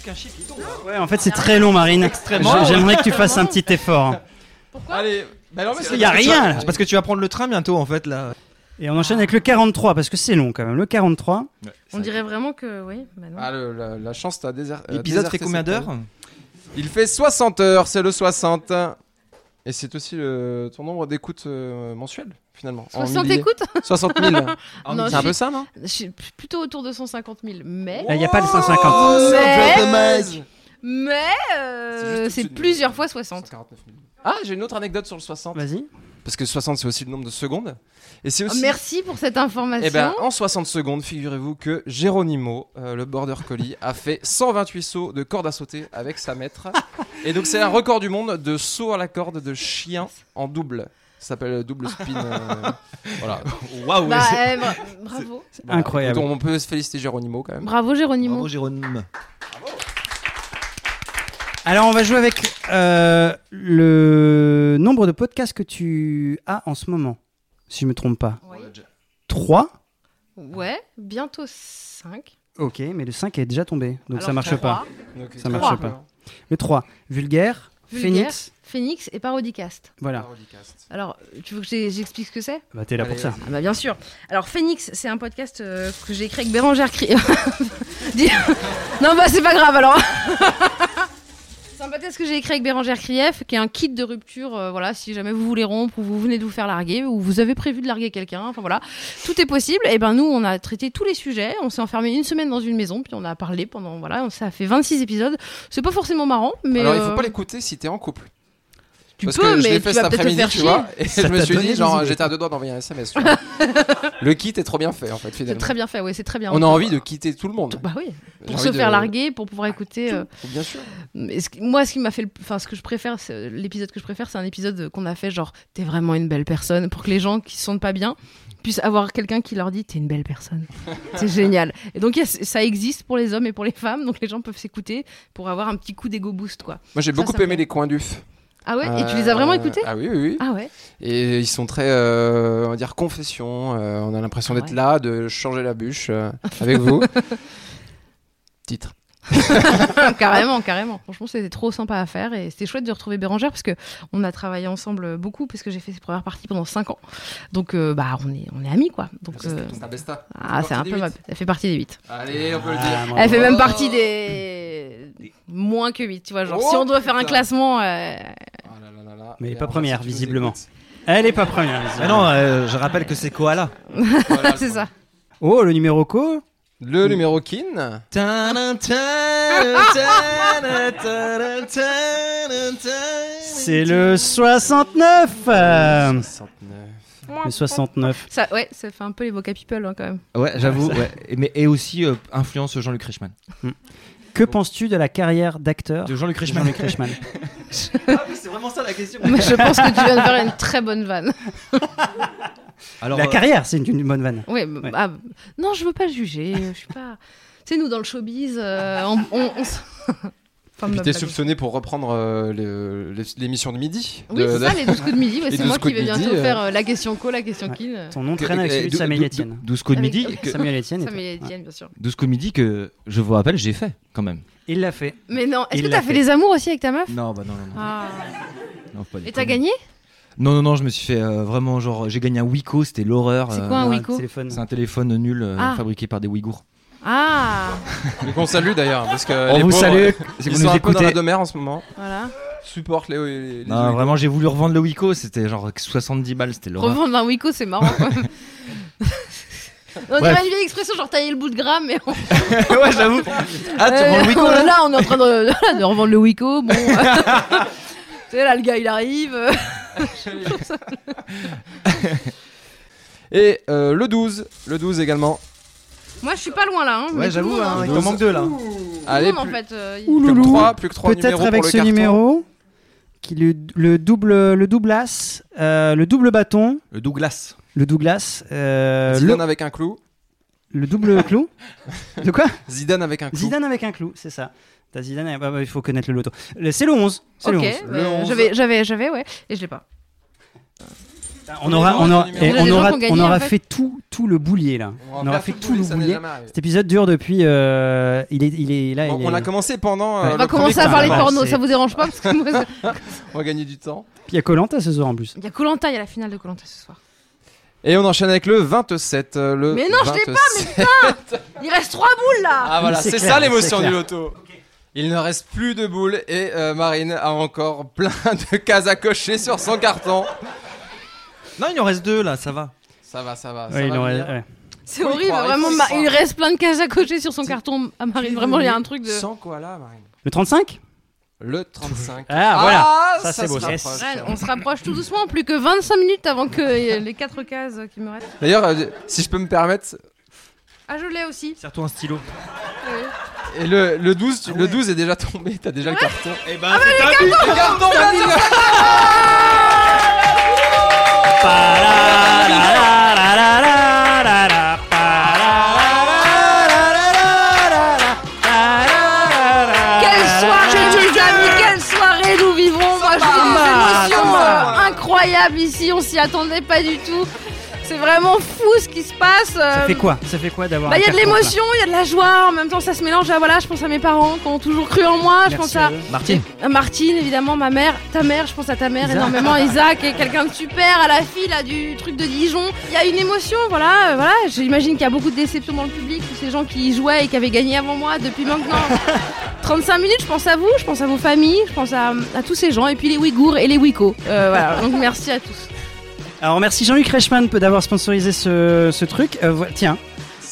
Ouais, en fait, c'est très long, Marine. Extrêmement. J- J'aimerais que tu fasses un petit effort. hein. Allez. Bah non, mais qu'il y a parce que rien, tu- là. C'est parce que tu vas prendre le train bientôt en fait là. Et on enchaîne avec le 43 parce que c'est long quand même. Le 43. On dirait vraiment que. Oui, bah non. Ah, le- la, la chance, t'as désert. euh, L'épisode déserté fait combien cette d'heures année. Il fait 60 heures, c'est le 60. Et c'est aussi le- ton nombre d'écoutes euh, mensuelles, finalement. en 60 milliers. écoutes 60 000. Non, milliers. c'est un je- peu ça, non Je suis plutôt autour de 150 000, mais. Eh, Là, il n'y a pas le 150. mais mais, euh, C'est juste au-dessus c'est de nous. plusieurs fois 60. 149 000. Ah, j'ai une autre anecdote sur le 60. Vas-y. Parce que 60, c'est aussi le nombre de secondes. Et c'est Oh, aussi. merci pour cette information. Eh ben, en 60 secondes, figurez-vous que Geronimo, euh, le border collie, a fait 128 sauts de corde à sauter avec sa maître. Et donc, c'est un record du monde de sauts à la corde de chien en double. Ça s'appelle double spin. euh, voilà. Waouh. Bah, ah c'est- eh, bra- bravo. Voilà. Incroyable. Écoute, on peut se féliciter Geronimo quand même. Bravo, Géronimo. Bravo Jérôme. Alors, on va jouer avec euh, le nombre de podcasts que tu as en ce moment, si je me trompe pas. Oui. 3 Ouais, bientôt 5. Ok, mais le 5 est déjà tombé, donc ça marche pas. Donc, Ça euh, trois. marche pas. Le 3, vulgaire, Phoenix. Phoenix et Parodicast. Voilà, Parodicast. Alors, tu veux que j'ai- j'explique ce que c'est bah, t'es là pour Allez, ça. Ah bah bien sûr. Alors Phoenix, c'est un podcast euh, que j'ai écrit avec Bérangère Cri. Dis- non bah c'est pas grave alors. c'est un podcast que j'ai écrit avec Bérangère Krief, qui est un kit de rupture. euh, voilà, si jamais vous voulez rompre ou vous venez de vous faire larguer ou vous avez prévu de larguer quelqu'un, enfin voilà, tout est possible. Et ben nous, on a traité tous les sujets. On s'est enfermé une semaine dans une maison, puis on a parlé pendant voilà, ça a fait 26 épisodes. C'est pas forcément marrant, mais Alors, il euh, faut pas l'écouter si t'es en couple. Tu Parce peux, que je mais l'ai tu fait cet vas peut-être te après-midi, faire tu chier. vois. Et Ça je me t'a suis donné dit, des genre, idées. j'étais à deux doigts d'envoyer un SMS. tu vois. le kit est trop bien fait, en fait, C'est finalement. très bien fait, oui, c'est très bien. On a envie de quitter tout le monde. Bah oui, J'ai pour envie se de- Ah, faire larguer, pour pouvoir écouter. euh, Bien sûr. mais ce qui- moi, ce qui m'a fait, le- enfin, ce que je préfère, c'est- l'épisode que je préfère, c'est un épisode qu'on a fait genre, t'es vraiment une belle personne, pour que les gens qui se sentent pas bien puissent avoir quelqu'un qui leur dit, t'es une belle personne. c'est génial. Et donc il y a- ça existe pour les hommes et pour les femmes, donc les gens peuvent s'écouter pour avoir un petit coup d'ego boost, quoi. Moi, j'ai Ça, beaucoup ça me aimé les coins d'UF. Ah ouais Et tu les as vraiment écoutés Ah oui, oui, oui. Ah ouais Et ils sont très, euh, on va dire, confession. euh, on a l'impression Ah d'être là, de changer la bûche euh, avec vous. Titre. carrément, carrément. Franchement, c'était trop sympa à faire et c'était chouette de retrouver Bérangère parce que on a travaillé ensemble beaucoup parce que j'ai fait ses premières parties pendant 5 ans. Donc euh, bah on est on est amis quoi. Donc euh, c'est un besta. Ah, c'est un peu ma- elle fait partie des 8. Allez, on peut le dire. Elle fait même partie des moins que 8, tu vois, genre Oh, si on doit faire un putain. classement euh, Oh Mais elle est pas première, visiblement. Elle est pas première, Mais visiblement. non, euh, je rappelle que c'est Koala. c'est ça. Oh, le numéro co Le numéro kin. C'est le 69 euh, Le 69. Ça ouais, ça fait un peu les voca people hein, quand même. Ouais, j'avoue. Ouais, ouais. Et- Mais et aussi euh, influence Jean-Luc Reichmann. Que penses-tu de la carrière d'acteur De Jean-Luc Reichmann. Jean-Luc Reichmann. Ah c'est vraiment ça la question. Mais je pense que tu viens de faire une très bonne vanne. Alors, la euh, carrière, c'est une, une bonne vanne. Ouais, bah, Ouais. ah, non, je veux pas juger, euh, je suis pas Tu sais nous dans le showbiz euh, on, on, on s- Fin de Puis ma t'es blague. soupçonné pour reprendre euh, le- le- l'émission de midi. Oui, de- c'est ça, de- les 12 coups de midi. Ouais, Les c'est 12 moi coups qui de vais bientôt midi, euh, faire euh, la question co, la question kill. euh, Ton nom Que- traîne avec euh, celui de dou- Samuel dou- Etienne. dou- 12 coups de avec- midi. avec que- Samuel Etienne. et Samuel Etienne, bien sûr. 12 coups de midi que je vous rappelle, j'ai fait quand même. Il l'a fait. Mais non, est-ce Il que l'a t'as fait fait. les amours aussi avec ta meuf Non, bah non, non, non. Ah. non, pas du Et tout. t'as gagné Non, non, non, je me suis fait euh, vraiment genre. J'ai gagné un Wico, c'était l'horreur. C'est euh, quoi un non, Wiko téléphone. C'est un téléphone nul euh, Ah. fabriqué par des Ouïghours. Ah Mais qu'on salue d'ailleurs, parce que On les Oh, vous pauvres, salue, si Ils vous sont nous un peu dans la écoutez. demeure en ce moment. Voilà. Supporte les. les- les- Non, vraiment, j'ai voulu revendre le Wico, c'était genre 70 balles, c'était l'horreur. Revendre un Wiko, c'est marrant quand même. On dirait Bref. une vieille expression, genre tailler le bout de gramme, mais on... ouais, j'avoue. Ah, tu revends le Wico là, là on est en train de, de revendre le Wiko. Bon, tu sais, là, le gars, il arrive. euh, Et euh, le 12, le 12 également. Moi, je suis pas loin là. Hein. Ouais, mais tout le j'avoue, monde, hein, hein. il t'en manque deux là. Allez, Tout le monde, en plus, fait. euh, il- plus que 3, plus que 3 numéros Peut-être avec pour le ce carton. numéro, qui le, le double, le double as, euh, le double bâton, Le Douglas. le Douglas, euh, Zidane le, avec un clou. le double clou. De quoi Zidane avec un clou. Zidane avec un clou, c'est ça. T'as Zidane, ah bah, bah, il faut connaître le loto. Le- C'est le 11. C'est Ok, le 11. ouais, Le Oh, 11. bah, j'avais, j'avais, j'avais, ouais, et je l'ai pas. On aura, on aura, Il y a et des on gens aura, qui ont gagné, on aura en fait. fait. tout, tout le boulier là. On, va aura faire fait le tout le ça n'est boulier. jamais arrivé. Cet épisode dure depuis. euh, il est, il est là. Bon, il on est- a commencé pendant. euh, On On le va premier commencer à parler confinement. corps. porno, c'est- ça vous dérange pas parce que moi, ça- On va gagner du temps. Puis il y a Colanta ce soir en plus. il y a Colanta, il y a la finale de Colanta ce soir. Et on enchaîne avec le 27. euh, Le Mais non, je l'ai pas, 27. Il reste trois boules là. Ah voilà, C'est c'est clair, ça l'émotion c'est du clair. loto. Il ne reste plus de boules et euh, Marine a encore plein de cases à cocher sur son carton. Non, il en reste deux là, ça va. Ça va, ça va. ça va Ouais, il en venir. reste- ouais. C'est Oui, horrible, il faut- vraiment. il faut- ma- Il reste plein de cases à cocher sur son carton à Marine. Vraiment, il y a un truc de. Sans quoi là, Marine Le 35 Le 35. Ah, voilà. ça, Ça, c'est se beau, ça. rapproche. Ouais, on se rapproche tout doucement, plus que 25 minutes avant que euh, les quatre cases qui me restent. D'ailleurs, euh, si je peux me permettre, Ah, je l'ai aussi. Serre-toi un stylo. Euh, et le, le 12, tu- le 12 est déjà tombé, t'as déjà le carton. Eh ben, c'est un but Le carton, là, déjà Ah Quelle soirée, les amis, quelle soirée nous vivrons. Moi, je vis des émotions euh, incroyables ici. On s'y attendait pas du tout. C'est vraiment fou ce qui se passe. Ça euh, fait quoi Ça fait quoi d'avoir Bah, un il y a de carton, là l'émotion, il y a de la joie, en même temps ça se mélange à voilà, je pense à mes parents qui ont toujours cru en moi, je Merci pense à à, eux. Martine. à Euh, Martine évidemment, ma mère, ta mère, je pense à ta mère Isaac. énormément, Isaac est quelqu'un de super, à la fille là du truc de Dijon. Il y a une émotion, voilà, euh, voilà, j'imagine qu'il y a beaucoup de déceptions dans le public, tous ces gens qui y jouaient et qui avaient gagné avant moi depuis maintenant 35 minutes, je pense à vous, je pense à vos familles, je pense à, à tous ces gens et puis les Ouïghours et les Ouïgos. Euh, voilà, donc merci à tous. Alors merci Jean-Luc Reichmann peu d'avoir sponsorisé ce, ce truc. Euh, voilà, tiens,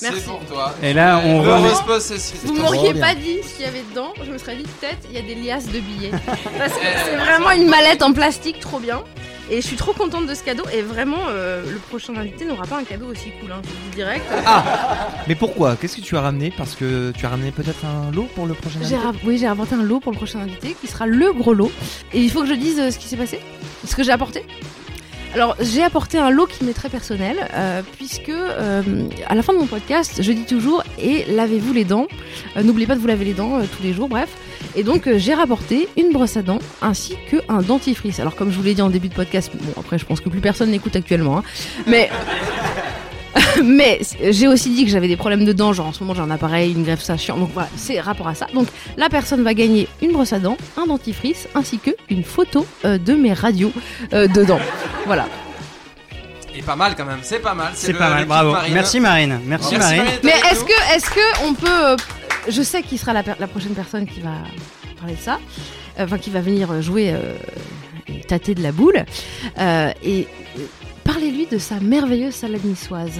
Merci. C'est pour toi. Et là, on Le remet- respect, c'est- c'est- Vous m'auriez pas dit ce qu'il y avait dedans, je me serais dit peut-être il y a des liasses de billets. Parce que c'est vraiment une mallette en plastique, trop bien. Et je suis trop contente de ce cadeau. Et vraiment, euh, le prochain invité n'aura pas un cadeau aussi cool, hein, je vous le dis direct. Mais pourquoi Qu'est-ce que tu as ramené Parce que tu as ramené peut-être un lot pour le prochain J'ai invité ra- oui, j'ai inventé un lot pour le prochain invité qui sera le gros lot. Et il faut que je dise euh, ce qui s'est passé, ce que j'ai apporté. Alors, j'ai apporté un lot qui m'est très personnel, euh, puisque euh, à la fin de mon podcast, je dis toujours et lavez-vous les dents. Euh, N'oubliez pas de vous laver les dents euh, tous les jours, bref. Et donc, euh, j'ai rapporté une brosse à dents ainsi que un dentifrice. Alors, comme je vous l'ai dit en début de podcast, bon, après, je pense que plus personne n'écoute actuellement, hein, mais. Mais euh, j'ai aussi dit que j'avais des problèmes de dents, genre en ce moment j'ai un appareil, une greffe, ça chiant. Donc voilà, c'est rapport à ça. Donc la personne va gagner une brosse à dents, un dentifrice, ainsi que une photo euh, de mes radios euh, dedans. Voilà. Et Eh, pas mal quand même, c'est pas mal. C'est le- pas mal, l'équipe bravo. Merci Marine, merci, Marine. Mais est-ce que, est-ce que on peut, euh, je sais qui sera la, per- la prochaine personne qui va parler de ça, euh, enfin qui va venir euh, jouer euh, et tâter de la boule, Euh, et euh, parlez-lui de sa merveilleuse salade niçoise.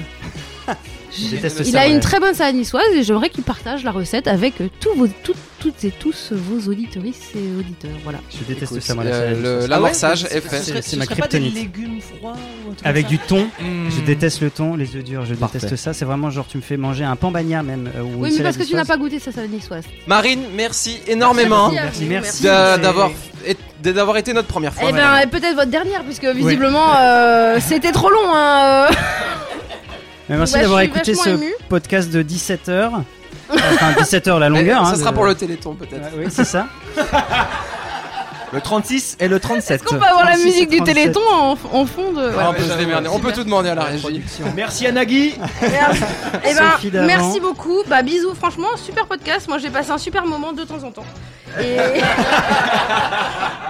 Je déteste Il ça, a ouais. une très bonne salade niçoise et j'aimerais qu'il partage la recette avec euh, tous vos, tout- toutes et tous vos auditorices et auditeurs. Voilà. Je déteste Écoute, ça, moi. euh, la salade le- niçoise. l'amorçage Ah ouais, est fait. c'est- Ce C'est serait- ma ce serait pas des kryptonite. légumes froids ou un truc Avec comme du ça thon, Mmh. Mm. je déteste le thon, les œufs durs, je déteste ça. C'est vraiment genre tu me fais manger un pambagna même. euh, ou Oui, une mais parce salade que tu n'as niçoise. pas goûté sa salade niçoise. Marine, merci énormément Merci à vous, merci. d'a- Euh, Merci. d'avoir et- d'avoir été notre première fois. Eh madame. ben, et peut-être votre dernière, puisque visiblement euh, c'était trop long. Hein, euh. Mais merci Ouais, je d'avoir suis écouté ce vachement émue. podcast de 17h. Enfin, 17h ben, la longueur. Eh, hein, ça sera de- Ah pour le Téléthon peut-être. oui, c'est ça. Le 36 et le 37. Est-ce qu'on peut avoir la musique du Téléthon en, en fond de. Ah, voilà. mais j'avais merdé. On peut tout demander à la régie. Merci à Nagui. Eh Sophie Davant. ben, merci beaucoup. Bah, bisous. Franchement, super podcast. Moi, j'ai passé un super moment de temps en temps. Et